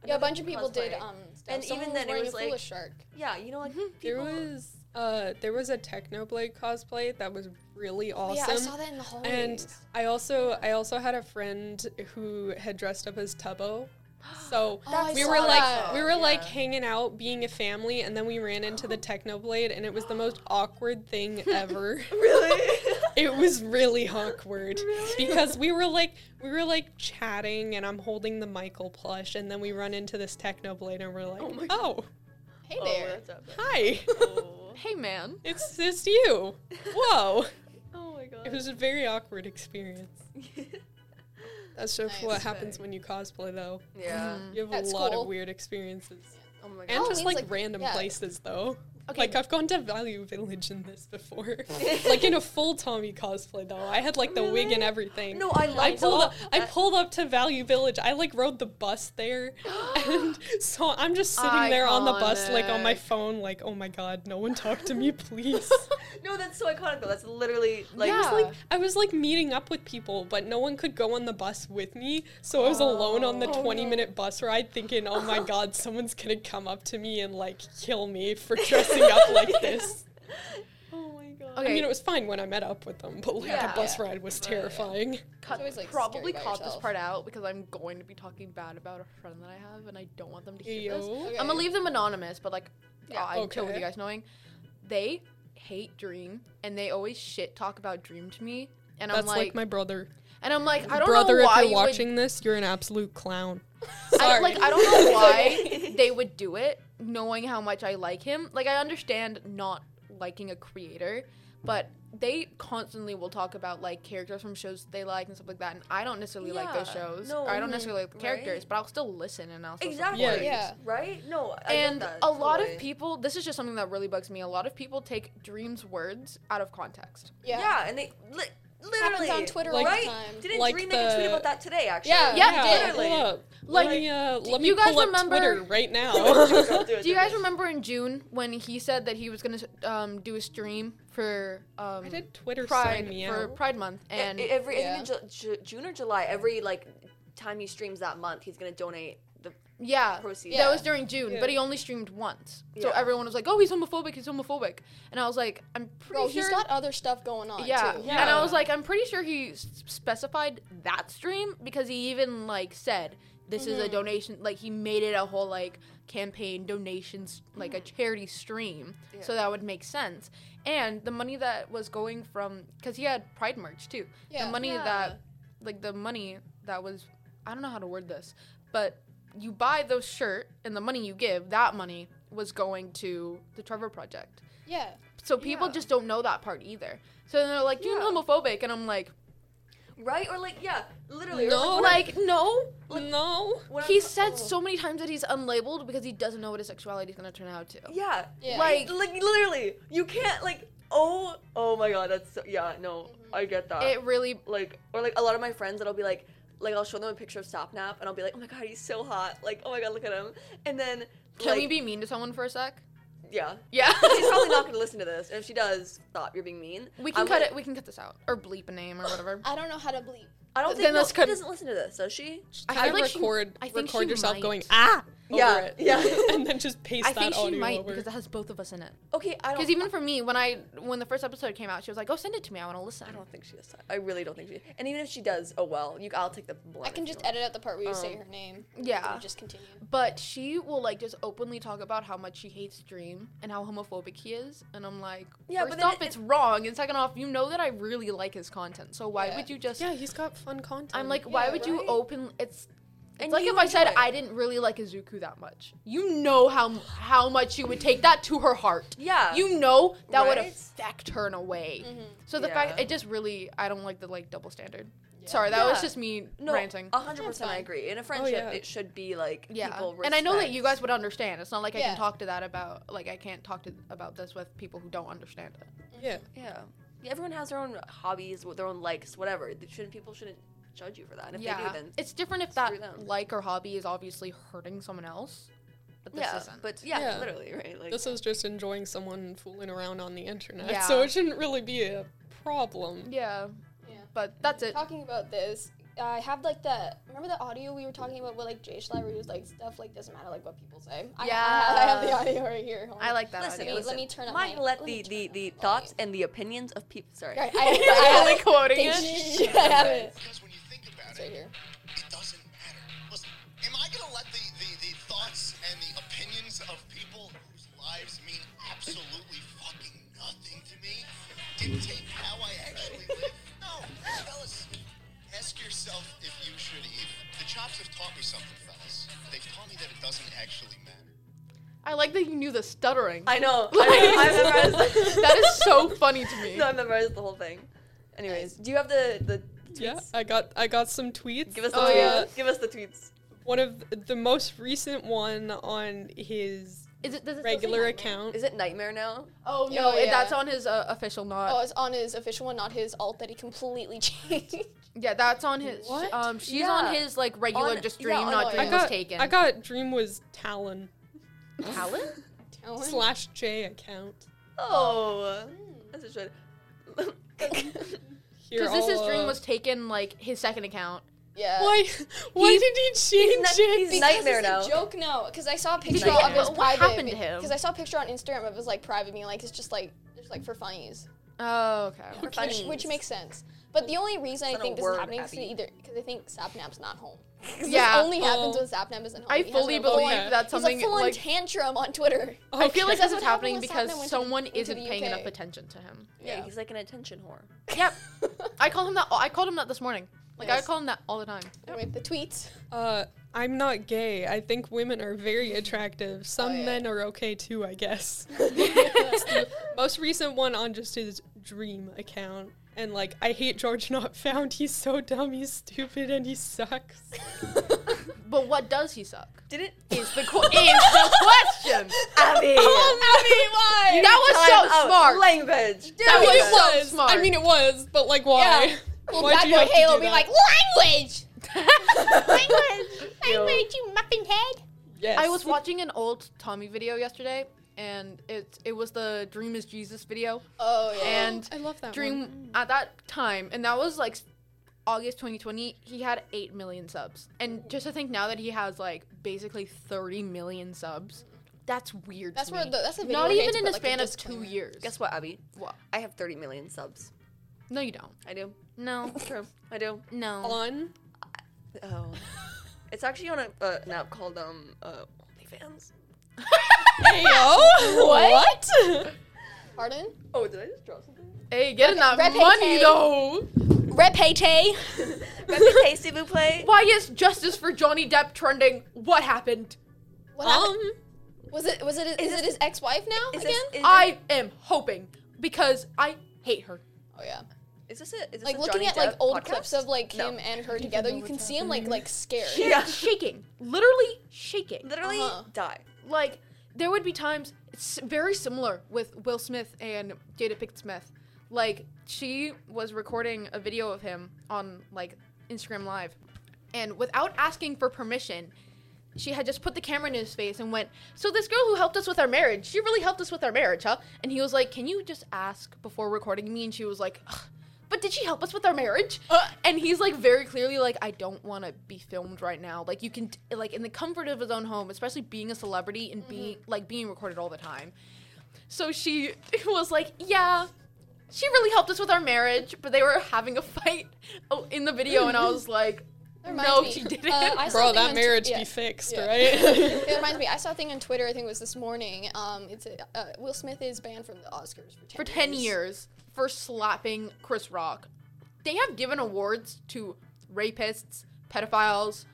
I Yeah, a bunch of people did cosplay. um stuff. And Someone even was then it wearing was, a like- foolish shark. Yeah, you know, like mm-hmm. There people. was uh there was a Technoblade cosplay that was really awesome. Oh, Yeah, I saw that in the hallways. And I also I also had a friend who had dressed up as Tubbo. So Oh, I we saw were that. like we were like Yeah. hanging out, being a family, and then we ran into the Technoblade, and it was the most awkward thing ever. really. it was really awkward because we were like we were like chatting, and I'm holding the Michael plush, and then we run into this Technoblade, and we're like, Oh my- oh hey there. hi, Hey, man. it's it's you. Whoa. Oh my god. It was a very awkward experience. That's just Nice. what happens when you cosplay, though. yeah. Mm. You have At a lot school. of weird experiences. Oh my Mm-hmm. And god. just Halloween's, like, like, random yeah. places, though. Okay. Like, I've gone to Value Village in this before. like, in a full Tommy cosplay, though. I had, like, the wig and everything. No, I I like pulled, up, I pulled up to Value Village. I, like, rode the bus there. and so I'm just sitting there on the bus, like, on my Iconic. phone, like, oh my god, no one talk to me, please. No, that's so iconic though. That's literally like. Yeah. like I was like meeting up with people, but no one could go on the bus with me, so I was alone on the Oh. 20 minute bus ride thinking, "Oh my god, someone's going to come up to me and like kill me for dressing up like this." Oh my god. Okay. I mean, it was fine when I met up with them, but like Yeah. the bus Yeah. ride was Right, yeah. terrifying. cut, always, like, probably scary by cut this yourself. part out because I'm going to be talking bad about a friend that I have, and I don't want them to hear this. Yo. Okay. I'm gonna leave them anonymous, but like, Yeah. I'm chill with Okay. you guys knowing they hate Dream, and they always shit talk about Dream to me, and I'm That's like, like, my brother. and I'm like, I don't brother, know if why you're you watching this, you're an absolute clown. would, I, Sorry. like I don't know why they would do it, knowing how much I like him. Like I understand not liking a creator, but they constantly will talk about like characters from shows they like and stuff like that, and I don't necessarily like those Yeah. shows. No, or I don't mhm. necessarily like the Right. characters, but I'll still listen and I'll still Exactly. Yeah. Yeah. Right. No. I get and that, a lot of totally. people this is just something that really bugs me a lot of people take dreams words out of context Yeah. Yeah. and they li- Happens literally on Twitter Like- all Right? the time. Didn't Like Dream make a tweet the- about that today? Actually. Yeah, Yeah, yeah, literally. pull up. Like, let me, uh, let do me you guys pull up remember- Twitter right Don't do now. it, don't it, do you don't guys do it. remember in june when he said that he was going to um, do a stream for um, I did Twitter pride sign me for out. pride month E- and e- every Yeah. isn't it Ju- Ju- June or July? Every like time he streams that month, he's gonna donate the yeah proceeds. that was during june Yeah. but he only streamed once so Yeah. everyone was like oh he's homophobic he's homophobic and i was like i'm pretty Bro, sure he's got other stuff going on yeah. too. Yeah. and I was like, I'm pretty sure he s- specified that stream because he even like said this is Mm-hmm. a donation. Like he made it a whole like campaign donations, like a Mm. charity stream, so that would make sense. And the money that was going from because he had Pride merch too. Yeah. The money Yeah. that, like the money that was, I don't know how to word this, but you buy those shirt and the money you give, that money was going to the Trevor Project. Yeah. So people Yeah. just don't know that part either. So they're like, "You're Yeah. homophobic," and I'm like, right or like yeah, literally. or, No. like, when I- "Like, no." Oh, no. when I- He said oh. so many times that he's unlabeled because he doesn't know what his sexuality is gonna turn out to. Yeah. Yeah. Like, Like literally, you can't like oh oh my god, that's so, yeah no, I get that. it really. like or like a lot of my friends that'll be like like I'll show them a picture of Sapnap and I'll be like oh my god he's so hot like oh my god look at him and then Can like, we be mean to someone for a sec? yeah Yeah. she's probably not gonna listen to this and if she does stop you're being mean we can I'm cut like- it. We can cut this out or bleep a name or whatever. I don't know how to bleep. I don't Then think no, let's cut- she doesn't listen to this does she I I kind of think she- record, I think record she yourself might. going ah over Yeah, it. yeah. and then just paste I that think she audio might over. because it has both of us in it. okay I don't Because even for me, when I when the first episode came out, she was like, "Oh, send it to me. I want to listen." I don't think she does I really don't think she and even if she does oh well you I'll take the blame I can if you just want. edit out the part where you say Um, her name. yeah. And just continue. But she will like just openly talk about how much she hates Dream and how homophobic he is, and I'm like, Yeah, but first then off, it- it's wrong, and second off, you know that I really like his content, so why Yeah. would you just? yeah, he's got fun content. I'm like, why Yeah, would you right? open? It's it's And like you if I said enjoy it. I didn't really like Izuku that much. You know how how much you would take that to her heart. yeah You know that would Right? Mm-hmm. affect her in a way. Mm-hmm. So the fact Yeah. it just really I don't like the like double standard. Sorry, that was Yeah. just me no ranting. Oh, a hundred That's percent I fine. agree in a friendship yeah. it should be like yeah people and i know that you guys respect. would understand it's not like i Yeah. can talk to that about like i can't talk to about this with people who don't understand it yeah, yeah. yeah everyone has their own hobbies their own likes whatever They shouldn't people shouldn't judge you for that and if yeah they do then it's different if screw that them. like or hobby is obviously hurting someone else but this yeah, isn't but yeah, Yeah. literally, right? Like, this is just enjoying someone fooling around on the internet, Yeah. so it shouldn't really be a problem. yeah Yeah. but that's it Talking about this, I have like the remember the audio we were talking about with like Jay Schley where he was like stuff like doesn't matter like what people say. I, I have, I have the Yeah. audio right here. Hold I on. like that Listen, Let me- audio. listen. let me turn up Mine my- let let the the, me turn the up my thoughts volume. and the opinions of people. Sorry. Right, I, I, I'm really have, quoting it. it. I have it. Because when you think about It's right it, here. it doesn't matter. Listen, am I going to let the, the, the thoughts and the opinions of people whose lives mean absolutely fucking nothing to me dictate how I actually live? No, fellas, ask yourself if you should even. The chops have taught me something, fellas. They've taught me that it doesn't actually matter. I like that you knew the stuttering. I know. I, know. I memorized. that is so funny to me. no, I memorized the whole thing. Anyways, do you have the the tweets? Yeah, I got I got some tweets. Give us the Uh, Oh, tweets. Give us the tweets. One of the most recent one on his Is it does it still say regular nightmare? account. Is it nightmare now? Oh No, no, it- yeah. that's on his uh, official not. Oh, it's on his official one, not his alt that he completely changed. yeah, that's on his. Oh. What? Um, she's Yeah. on his like regular On- just yeah, dream, on not all- dream I was got taken. I got dream was Talon Talon. Talon? slash J account. Oh, that's a shred. Here, Because this I'll, is dream uh, was taken like his second account. Yeah. Why? Why He's- did he change not- it? he's- Because Nightmare it's now. a joke now. Because I saw a picture of Nightmare. his What private. happened to him? Because I saw a picture on Instagram of his like private being like it's just like it's like for funnies, Oh, okay. For which, funnies. which makes sense. But the only reason I not a think this word, is happening is Abby. either because I think Sapnap's not home. 'Cause Yeah. this only happens Oh. when Sapnap isn't home. I He has fully no phone. believe yeah. that's something He's a full like. tantrum on Twitter. I feel like That's Okay. this is what happening happened with because Sapna when she someone went to isn't the paying enough UK. attention to him. Yeah, he's like an attention whore. Yep. I called him that. I called him that this morning. Like I Yes. call him that all the time. With the tweets. Uh, I'm not gay. I think women are very attractive. Some Oh, yeah. men are okay too, I guess. That's the most recent one on just his dream account. And like, I hate George not found. He's so dumb, he's stupid, and he sucks. But what does he suck? Did it? Is the qu- is the question? Abby. Oh, I mean, why? That was so Time out. smart. Language. That I mean, was it so was. smart. I mean, it was, but like, why? Yeah. Well, Why'd bad you boy have to Halo do be that? like language, Language. language, you muffin head. Yes. I was watching an old Tommy video yesterday, and it it was the Dream is Jesus video, Oh yeah. and I love that Dream one. at that time, and that was like August 2020. He had eight million subs, and just to think now that he has like basically 30 million subs, that's weird. that's to where me. the, that's the video not we're going even to in put, the like, span of disclaimer. two years. Guess what, Abby? what? I have 30 million subs. No, you don't. I do. No, true. I do. No. On Oh. It's actually on a, uh, an app called um uh, OnlyFans. Ayo. What? Pardon? Oh, did I just drop something? Hey, getting that Repete. money though. Repete. Repete, s'il vous plaît. Why is justice for Johnny Depp trending? What happened? What happened? um. Was it was it is, this- it his ex-wife now Is again? this, is, I am hoping because I hate her. oh yeah. this, is this a is this Like a looking Johnny at like Depp old podcast? clips of like No. him and her together, you can see him like like scared. Yeah. shaking, literally shaking. Literally Uh-huh. die. Like there would be times it's very similar with Will Smith and Jada Pinkett Smith. Like she was recording a video of him on like Instagram Live, and without asking for permission. She had just put the camera in his face and went, So, this girl who helped us with our marriage, she really helped us with our marriage, huh? And he was like, Can you just ask before recording me? And she was like, "Ugh, But did she help us with our marriage? Uh. and he's like, very clearly, like, I don't want to be filmed right now. Like, you can, t- like, in the comfort of his own home, especially being a celebrity Mm-hmm. and being, like, being recorded all the time. So she was like, Yeah, she really helped us with our marriage, but they were having a fight oh, in the video, and I was like, That reminds No, me. she didn't. Uh, I saw a Bro, thing on that Tw- marriage yeah. be fixed, Yeah. right? It reminds me. I saw a thing on Twitter. I think it was this morning. Um, it's a, uh, Will Smith is banned from the Oscars for ten for 10 years for slapping Chris Rock. They have given awards to rapists, pedophiles,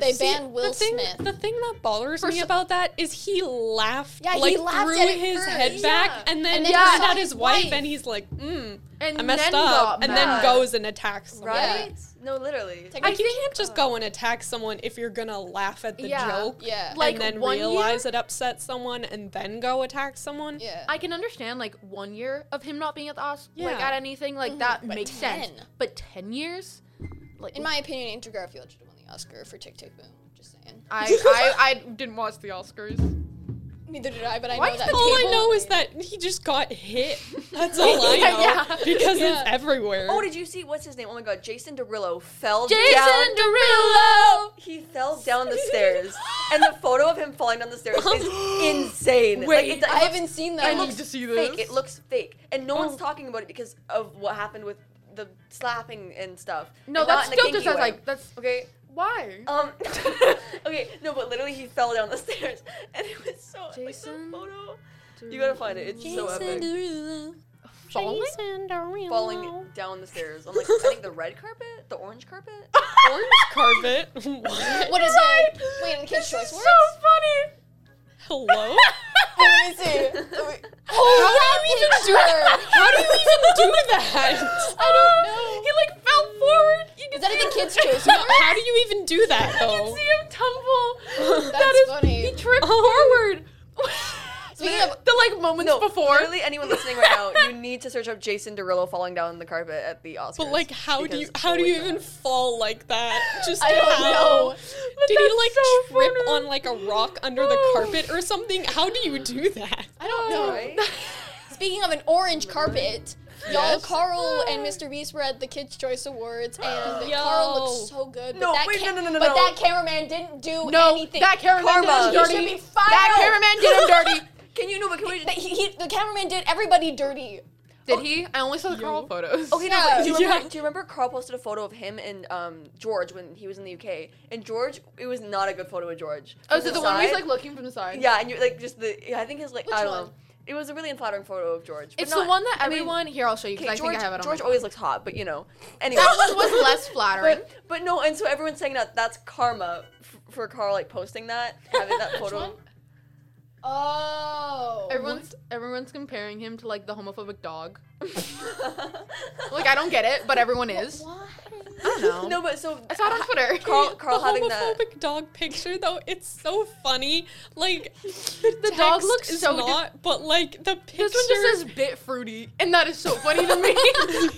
But they banned Will the thing, Smith. The thing that bothers me so- about that is he laughed. Yeah, he like, laughed threw at it his first. head back Yeah. and then, And he then yelled he saw at his his wife, wife. and he's like, mm, and I messed then up. got And then mad. goes and attacks someone. Right? No, literally. Take- Like, I you can't just go and attack someone if you're gonna laugh at the Yeah. joke Yeah. Like, and then one realize year- it upsets someone and then go attack someone. yeah. I can understand like one year of him not being at the Oscars, like Yeah. at anything like that But makes 10. sense. But ten years, like In my opinion, Andrew Garfield should have won the Oscar for Tick Tick Boom. Just saying. I, I I didn't watch the Oscars. Neither did I, but I Why know is that. the All I table- know is that he just got hit. That's all I know. Yeah. Because Yeah. it's everywhere. Oh, did you see what's his name? Oh my god, Jason Derulo fell down. Jason Derulo. He fell down the stairs, and the photo of him falling down the stairs is insane. Wait, like, it, it I looks haven't seen I that. need to see this. fake. It looks fake, and no Oh. one's talking about it because of what happened with the slapping and stuff. No, And that's not in a still just kinky as way. like that's okay. Why? Um. okay, no, but literally he fell down the stairs, and it was so Jason like the photo. You gotta find it. It's so epic. Derulo. Falling? Falling down the stairs on like I think the red carpet, the orange carpet. Orange carpet? what? What is that? Wait, in Kids' Choice Words? funny. Hello? Let me see. Let me- Oh, that picture! How do you even do that? I don't know. He like fell forward. You Is that in the Kids' Choice No, Words? how do you even do that though? see him tumble. that That's is funny. He tripped forward. Speaking of- the like moments before. Literally, anyone listening right now, you need to search up Jason Derulo falling down the carpet at the Oscars. But like, how do you because- how oh do my you God. even fall like that? Just I don't how? know. But Did he that's like so trip funny. on like a rock under the carpet or something? How do you do that? Oh. I don't know. Right? Speaking of an orange carpet, y'all, Yes. Carl and Mr. Beast were at the Kids' Choice Awards, and Yo. Carl looks so good. But No, that wait, ca- no, no, no, But no. that cameraman didn't do no, anything. that cameraman Karma. did him You he should should be dirty. fired. That cameraman did him dirty. Can you know? But can we? But he, he- the cameraman did everybody dirty. Did he? I only saw the Carl photos. Okay, no, Yeah. but do you, remember, Yeah. do you remember Carl posted a photo of him and um, George when he was in the UK? And George, it was not a good photo of George. Oh, From so the one where he's side- like looking from the side. yeah, and you're like just the. yeah, I think his like Which I don't one? know. It was a really unflattering photo of George. but It's not- the one that I mean, everyone here. I'll show you Okay, because I George, think I have it on. George my always looks hot, but you know. Anyway, That one was less flattering. But, but no, and so everyone's saying that that's karma f- for Carl like posting that, having that Which photo. one? Oh. Everyone's everyone's comparing him to like the homophobic dog. like I don't get it, but everyone is. Why? I don't know. No, but so I saw it on Twitter. Carl, Carl the having that. homophobic dog picture though, it's so funny. Like the, dog text looks is so not, but like the picture. this one just says bit fruity, and that is so funny to me.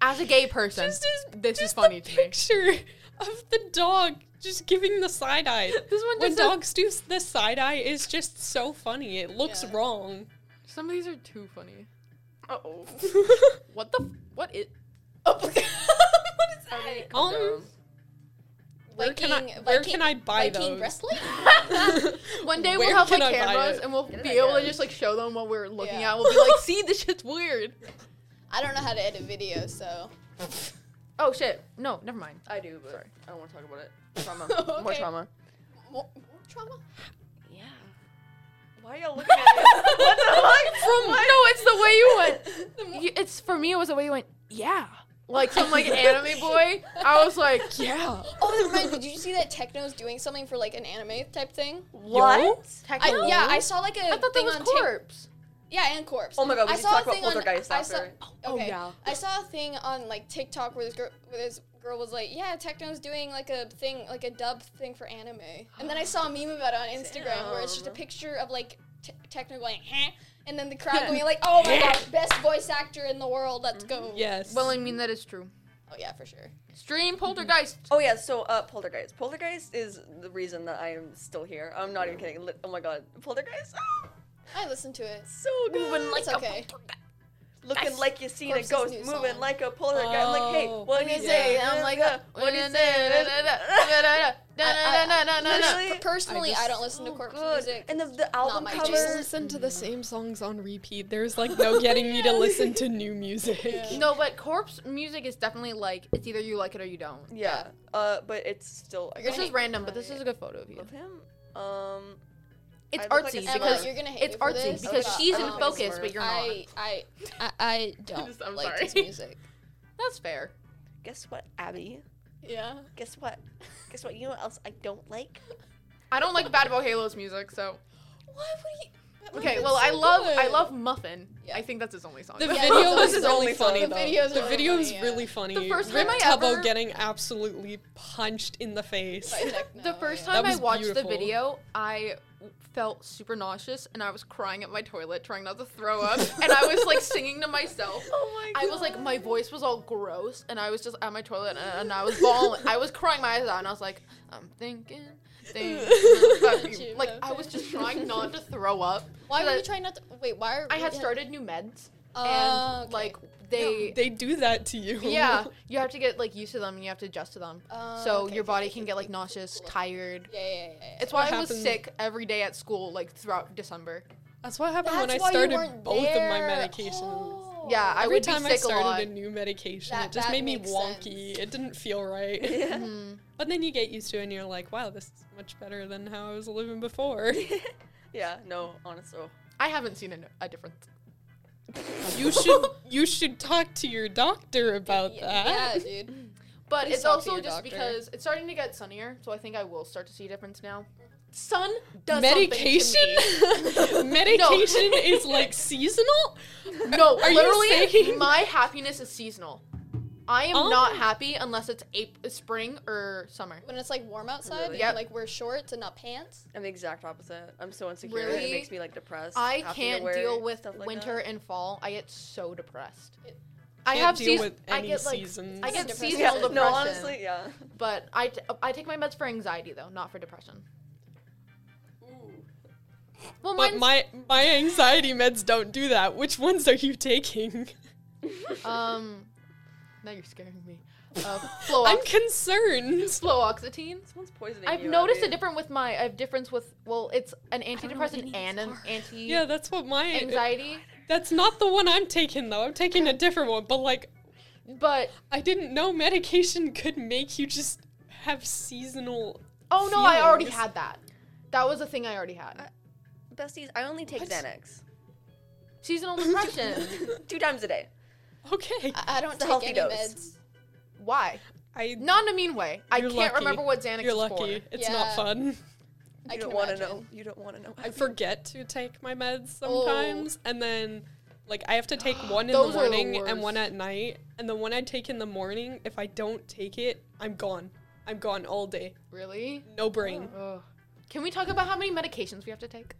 As a gay person, Just is- this is just funny the to me. picture of the dog just giving the side eye. This one when just says- dogs do the side eye is just so funny. It looks Yeah. wrong. Some of these are too funny. Uh oh. What the? f- What it? Oh, what is that? um, where can I- where can I buy Viking those? Breastplate? Um, One day Where we'll have can like I buy cameras, it? and we'll Get it, be I able to guess. just like show them what we're looking Yeah. at. We'll be like, see, this shit's weird. I don't know how to edit video, so. Oh shit! No, never mind. I do, but I don't want to talk about it. Trauma. More Okay. trauma. More, more trauma? Yeah. Why are y'all looking at me? what the fuck? From no, it's the way you went. You- it's for me. It was the way you went. Yeah, like some like anime boy. I was like, yeah. Oh, that reminds me. Did you see that Techno's doing something for like an anime type thing? What? I, yeah, I saw like a I thought that thing was on Tik- corpse. Yeah, and corpse. Oh my God, we I should saw talk a about thing on. Poltergeist I saw, after. Oh, okay. yeah. I saw a thing on like TikTok where this girl, where this girl was like, "Yeah, Techno's doing like a thing, like a dub thing for anime." And then I saw a meme about it on Instagram where it's just a Damn. picture of like t- Techno going, eh, and then the crowd going like, "Oh my god, best voice actor in the world, let's go!" Mm-hmm. Yes. Well, I mean that is true. Oh yeah, for sure. Stream poltergeist. Oh yeah, so uh, Poltergeist. Poltergeist is the reason that I am still here. I'm not even kidding. Li- Oh my god, Poltergeist. Oh, I listened to it. so good. Moving It's okay. looking like you seen Corpse's a ghost, new moving song. like a poltergeist. I'm like, hey, Oh. what do you say? And I'm like, Uh, what do you say? P- Literally, personally, I, I don't listen to Oh, corpse good. music. And the, the album my cover. jam. just listen to the Mm. same songs on repeat. There's like no getting me to listen to new music. No, but corpse music is definitely like it's either you like it or you don't. Yeah. Uh, but it's still. I This You're is random, but hate this is a good photo of you. love him. Um. It's I look like artsy a Emma, because you're gonna hate it's me for artsy this, because but she's in I'm focus, smart. but you're not. I, I, I, I don't just- I'm like this sorry. music. That's fair. Guess what, Abby? Yeah. Guess what? Guess what? You know what else I don't like? I don't like Bad Boy Halo's music, so Why would he? okay. Muffin's Well, so I love I good. love Muffin. Yeah. I think that's his only song. The Yeah, video it's is always really funny The though. videos the are video is really, really yeah. funny. The first Rip time I Tubbo ever- getting absolutely punched in the face. By Techno, the first yeah. time That I was watched the beautiful. video, I felt super nauseous and I was crying at my toilet trying not to throw up and I was like singing to myself. Oh my I was like my voice was all gross and I was just at my toilet and, and I was bawling. I was crying my eyes out and I was like I'm thinking thinking about you. Like I was just trying not to throw up. Why were Because you trying not to? Wait, why are I had started new meds Oh, and okay. like they They do that to you. yeah, you have to get like used to them and you have to adjust to them. Oh, so okay, your okay, body okay, can get okay, like cool, nauseous, cool. tired. Yeah, yeah, yeah. yeah. It's why I was happened- sick every day at school, like throughout December. That's what happened when I That's why you started weren't both of my there. medications. Oh. Yeah, I Every would be time I sick a lot. started a new medication, That- it just that made me makes wonky. sense. It didn't feel right. Yeah. But then you get used to it and you're like, wow, this is much better than how I was living before. Yeah, no, honestly. oh. I haven't seen a, a difference. you should you should talk to your doctor about Yeah, that. dude. But Please it's talk to also your just doctor. because it's starting to get sunnier, so I think I will start to see a difference now. Sun does something to Medication? Medication is like seasonal? me. No, Are you literally, saying- my happiness is seasonal. I am Oh. not happy unless it's April, spring or summer. When it's like warm outside, Really? and Yep. like wear shorts and not pants. I'm the exact opposite. I'm so insecure. Really? It makes me like depressed. I having to can't wear deal with stuff like winter that. and fall. I get so depressed. I Can't have deal seas- with I any get like seasons. I get Depression. seasonal Yeah, depression. no, honestly, yeah. but I, t- I take my meds for anxiety though, not for depression. Well, But mine's, my my anxiety meds don't do that. Which ones are you taking? um, now you're scaring me. Uh, Flo- I'm concerned. fluoxetine. Someone's poisoning I've you, noticed Abby. a difference with my. I have difference with. Well, it's an know what any antidepressant of and these an are. anti Yeah, that's what my anxiety. That's not the one I'm taking though. I'm taking a different one, but like But I didn't know medication could make you just have seasonal. oh no, I already Feelings. Uh, had that. That was a thing I already had. Besties, I only take What? Xanax Seasonal depression. two times a day. Okay. I, I don't It's a take healthy any dose. meds. Why? I Not in a mean way. I You're can't lucky. remember what Xanax you're is lucky. for. It's Yeah. not fun. I You can don't want to imagine. know. You don't want to know. I forget to take my meds sometimes and then like I have to take one in the Oh. Those are the morning and one worst. at night and the one I take in the morning if I don't take it, I'm gone. I'm gone all day. Really? No brain. Ugh. Can we talk about how many medications we have to take?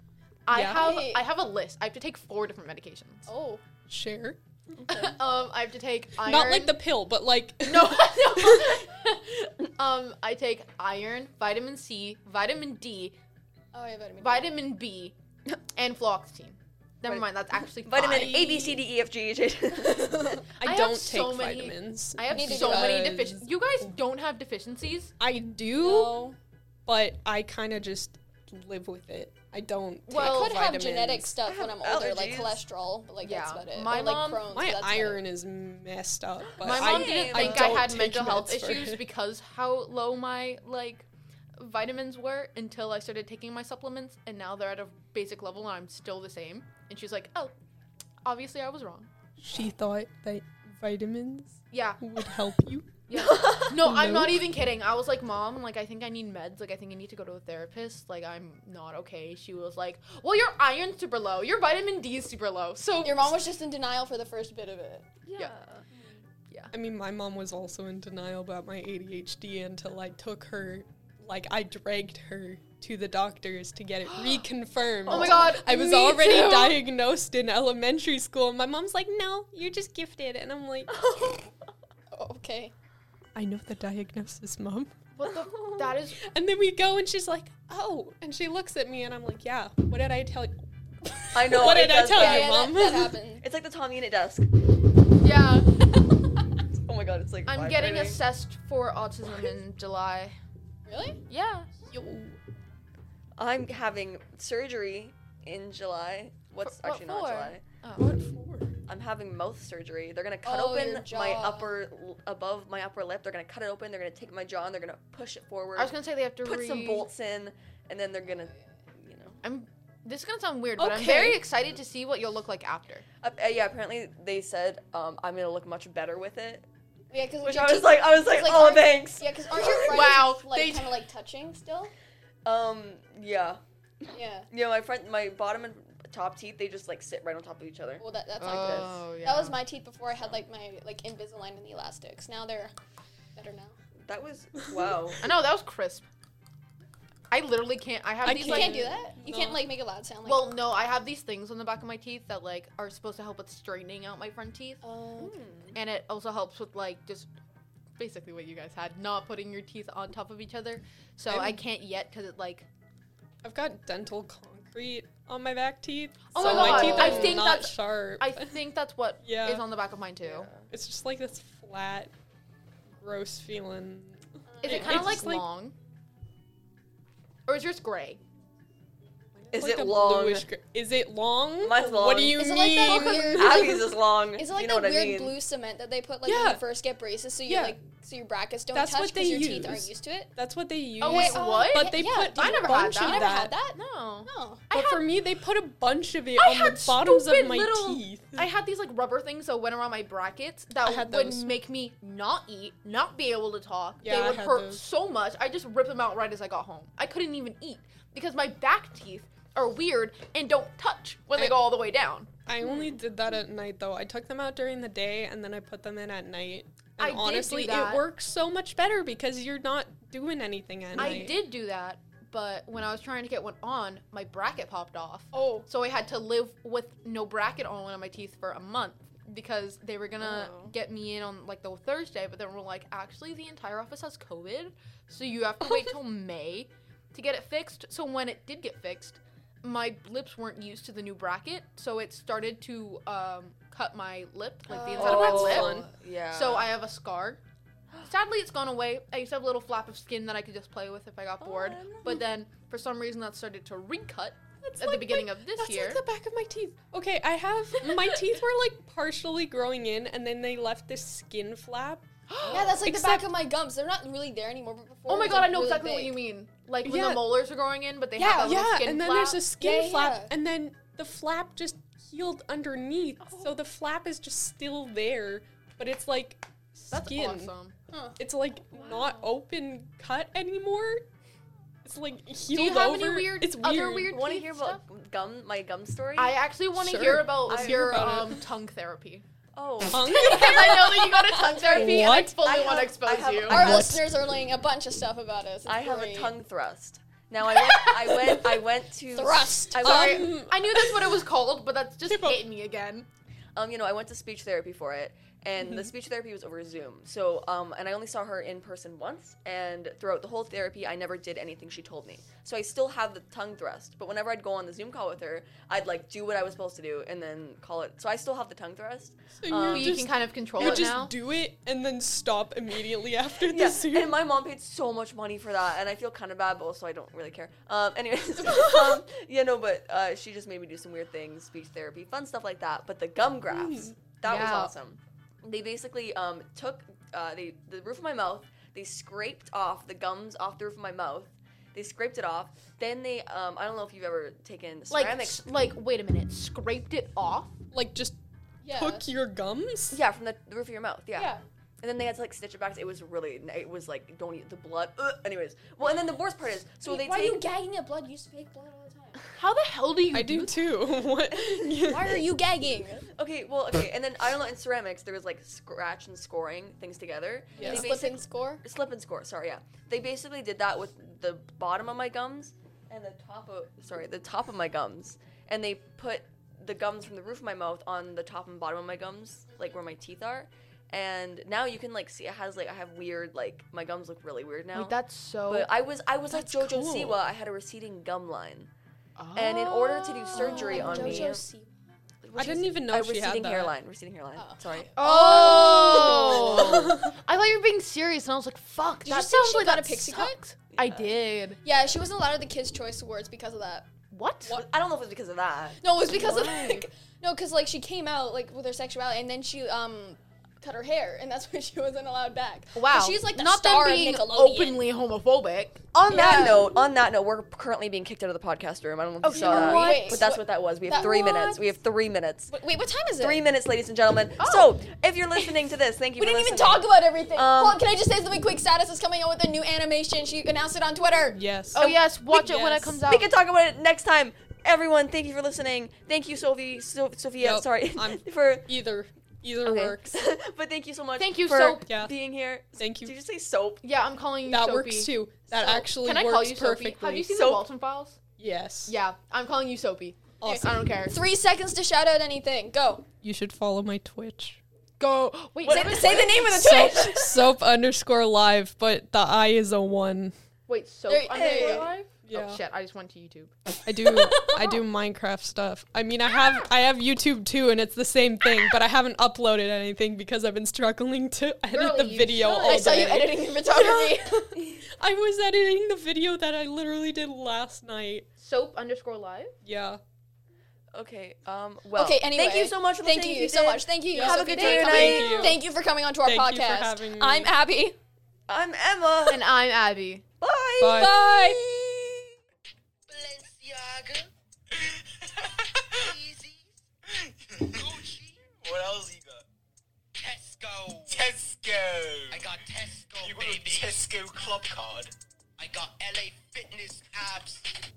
I Yeah. have Wait. I have a list. I have to take four different medications. Oh, Share. um, I have to take iron. Not like the pill, but like no. no. um, I take iron, vitamin C, vitamin D, oh yeah, vitamin. D. vitamin B, and fluoxetine. Never mind, that's actually five. Vitamin A, B, C, D, E, F, G, H, H. I, I have don't take so many- vitamins. I have Neither so do I. many deficiencies. You guys don't have deficiencies. I do, No. but I kind of just live with it. I don't. Take Well, I could have vitamins. genetic stuff I when I'm have older, like allergies. cholesterol, but like that's Yeah. about it. My or, like mom- Crohn's, but My that's about it. iron is messed up. But My mom I, didn't I think I, don't had take mental health meds for issues it. because how low my like vitamins were until I started taking my supplements, and now they're at a basic level, and I'm still the same. And she's like, "Oh, obviously I was wrong." She thought that vitamins Yeah, would help you. yeah. No, I'm No. not even kidding. I was like, "Mom, like I think I need meds. Like I think I need to go to a therapist. Like I'm not okay." She was like, "Well, your iron's super low. Your vitamin D is super low. So Your mom was just in denial for the first bit of it. yeah. I mean, my mom was also in denial about my ADHD until I took her, like I dragged her to the doctors to get it reconfirmed. Oh my god, I was me already too. diagnosed in elementary school. My mom's like, "No, you're just gifted," and I'm like, Oh, Okay. "I know the diagnosis, mom." What the? That is And then we go, and she's like, "Oh," and she looks at me, and I'm like, "Yeah, what did I tell you?" I know. What it did I does tell that. you? yeah, that, mom. that happened. It's like the Tommy unit desk. yeah. Oh my god, it's like. I'm getting vibrating. assessed for autism in July. Really? Yeah. I'm having surgery in July. What's For- what actually not for? July. What for? I'm having mouth surgery. They're gonna cut Oh, your open my jaw. upper, l- above my upper lip. They're gonna cut it open. They're gonna take my jaw and they're gonna push it forward. I was gonna say they have to put some re- bolts in, and then they're gonna, you know. I'm. This is gonna sound weird, but I'm Okay. very excited to see what you'll look like after. Uh, uh, yeah, apparently they said um, I'm gonna look much better with it. Yeah, because Which I was like, I was like, oh, thanks. Yeah, because aren't your friends Wow, like they- kind of like touching still? Um, yeah, Yeah. yeah. My friend, my bottom and top teeth, they just like sit right on top of each other. Well, that, that's not good. Oh, yeah. That was my teeth before I had like my like Invisalign and the elastics. Now they're better now. That was wow. I know that was crisp. I literally can't. I have I these You like. can't do that. You can't No. like make a loud sound. Like, Well, no, I have these things on the back of my teeth that like are supposed to help with straightening out my front teeth, um, mm, and it also helps with like just basically what you guys had, not putting your teeth on top of each other. So I'm- I can't yet because it like. I've got dental concrete on my back teeth. Oh so my my God. teeth are I think not that's- sharp. I think that's what is Yeah. on the back of mine too. it's just like this flat, gross feeling. Is it Yeah. kind of It's like, just like- long? Or is yours gray? It's Is like it a long? bluish gr- is it long? Mine's What long. do you Is it mean? like that weird- Abby's is long. Is it like you know that what weird I mean? blue cement that they put like when Yeah. you first get braces, so you Yeah. like so your brackets don't That's touch what because they your teeth aren't use. used to it? That's what they use. Oh, wait, oh, what? But they yeah, put dude, I a never had bunch that. You of never had that. that? No. No. I But had, for me, they put a bunch of it I on the had bottoms of stupid my little- teeth. I had these like rubber things that went around my brackets I that had would those. make me not eat, not be able to talk. Yeah, they I would had hurt those. so much. I just ripped them out right as I got home. I couldn't even eat because my back teeth are weird and don't touch when they I- go all the way down. I only did that at night though. I took them out during the day and then I put them in at night. I And did do honestly, that. it works so much better because you're not doing anything at night. I did do that, but when I was trying to get one on, my bracket popped off. Oh. So I had to live with no bracket on one of my teeth for a month because they were gonna Oh. get me in on like the Thursday, but then we're like, actually, the entire office has COVID, so you have to wait till May to get it fixed. So when it did get fixed, my lips weren't used to the new bracket, so it started to um, cut my lip, like the inside of my Oh, lip. Yeah. So I have a scar. Sadly, it's gone away. I used to have a little flap of skin that I could just play with if I got bored. Oh, Fun. But then, for some reason, that started to recut That's at the like beginning my- of this That's year. like the back of my teeth. Okay, I have my teeth were like partially growing in, and then they left this skin flap. Yeah, that's like the back Except- of my gums. They're not really there anymore. But before oh my it was, god, like, I know really exactly what big. you mean. Like when Yeah. the molars are growing in, but they Yeah, have that little yeah, skin and then flap. there's a skin Yeah, flap, yeah. and then the flap just healed underneath, Oh. so the flap is just still there, but it's like That's skin. awesome. It's like not open cut anymore. It's like healed Do you have over. any weird it's weird. other weird want to teeth hear stuff? about gum? My gum story. I actually want to Sure. hear about Let's your hear about it. um, tongue therapy. oh. tongue? Because I know that you go to tongue therapy, and I What? fully I want have- to expose I have- you. I Our What? listeners are learning a bunch of stuff about us. It's I have a great. tongue thrust. Now I went. I went. I went to Thrust. I Sorry, went, Um, I knew that's what it was called, but that's just People- hit me again. um, you know, I went to speech therapy for it, and the speech therapy was over Zoom. So, um, and I only saw her in person once, and throughout the whole therapy, I never did anything she told me. So I still have the tongue thrust, but whenever I'd go on the Zoom call with her, I'd like do what I was supposed to do and then call it. So I still have the tongue thrust. So you're So Um, Uh, you just- can kind of control You it just now. do it and then stop immediately after the Yeah, Zoom. and my mom paid so much money for that, and I feel kind of bad, but also I don't really care. Um, anyways, um, yeah, no, but uh, she just made me do some weird things, speech therapy, fun stuff like that. But the gum grafts, that was Yeah. awesome. They basically um, took uh, they, the roof of my mouth, they scraped off the gums off the roof of my mouth. They scraped it off. Then they, um, I don't know if you've ever taken like ceramic. s- like wait a minute scraped it off like just Yeah. hook your gums. yeah, from the, the roof of your mouth. Yeah. And then they had to like stitch it back. It was really, it was like don't eat the blood. Uh, anyways, well, and then the worst part is, so Wait, they why take. are you gagging at blood? You used to fake blood all the time. how the hell do you I do too. what? Why are you gagging? Okay, well, okay, and then I don't know. In ceramics, there was like scratch and scoring things together. Yeah. They Slip basic- and score. slip and score. Sorry, yeah. They basically did that with the bottom of my gums and the top of sorry the top of my gums, and they put the gums from the roof of my mouth on the top and bottom of my gums, like where my teeth are. And now you can like see it has like I have weird like my gums look really weird now. wait that's so but I was I was like That's Jojo cool. Siwa. I had a receding gum line, and in order to do surgery Oh, on Jojo me, C. which I didn't is even know a she had receding that. Uh, hairline. Receding hairline. Oh. Sorry. oh i thought you were being serious and i was like fuck Did that you see sounds she like got that a pixie sucked. i did Yeah, she wasn't allowed at the Kids' Choice Awards because of that. what, Well, I don't know if it's because of that. No, it was because of Why? like no, because like she came out like with her sexuality, and then she um cut her hair, and that's when she wasn't allowed back. wow But she's like the not them star of being Nickelodeon. openly homophobic On that Yeah. note, on that note, we're currently being kicked out of the podcast room. I don't know if you Okay, saw that, what? Wait, but that's what that was. We have that- three what? minutes. We have three minutes. Wait, wait, what time is it? Three minutes, ladies and gentlemen. Oh. So, if you're listening to this, thank you. We for didn't even listening. talk about everything. Um, Hold on, can I just say something quick? Status is coming out with a new animation. She announced it on Twitter. yes. oh yes watch it when it yes. comes out We can talk about it next time. Everyone, thank you for listening. Thank you, Sophie, so- Sophia. Yep, sorry I'm- for Either. Either Okay. works. but thank you so much. Thank you, for Soap. Yeah. being here. Thank Did you you. just say soap? Yeah, I'm calling you That Soapy. works too. That Soap. actually Can I works call you perfectly. Soapy? Have you seen Soap. the Walton Files? Yes. Yeah, I'm calling you Soapy. Awesome. I don't care. Three seconds to shout out anything. Go. You should follow my Twitch. Go. Wait, What- seven- Say the name of the Soap, Twitch. soap underscore live, but the I is a one. wait, Soap There- on hey. live? Yeah. Oh shit, I just went to YouTube. I do I do Minecraft stuff. I mean I have I have YouTube too and it's the same thing, but I haven't uploaded anything because I've been struggling to edit Girl, the you video should. all I saw day. you editing the photography. I was editing the video that I literally did last night. Soap underscore live. Yeah. Okay. Um. Well. okay, anyway. Thank you so much. For Thank listening. you, If so did- much. Thank you. Yeah. Have So a good thank day you. tonight. Thank you. Thank you for coming onto our Thank podcast. you for having me. I'm Abby. I'm Emma. And I'm Abby. Bye. Bye. Bye. Balenciaga. Yeezys. Gucci. What else you got? Tesco. Tesco. I got Tesco, you got a baby. Tesco club card. I got LA Fitness abs.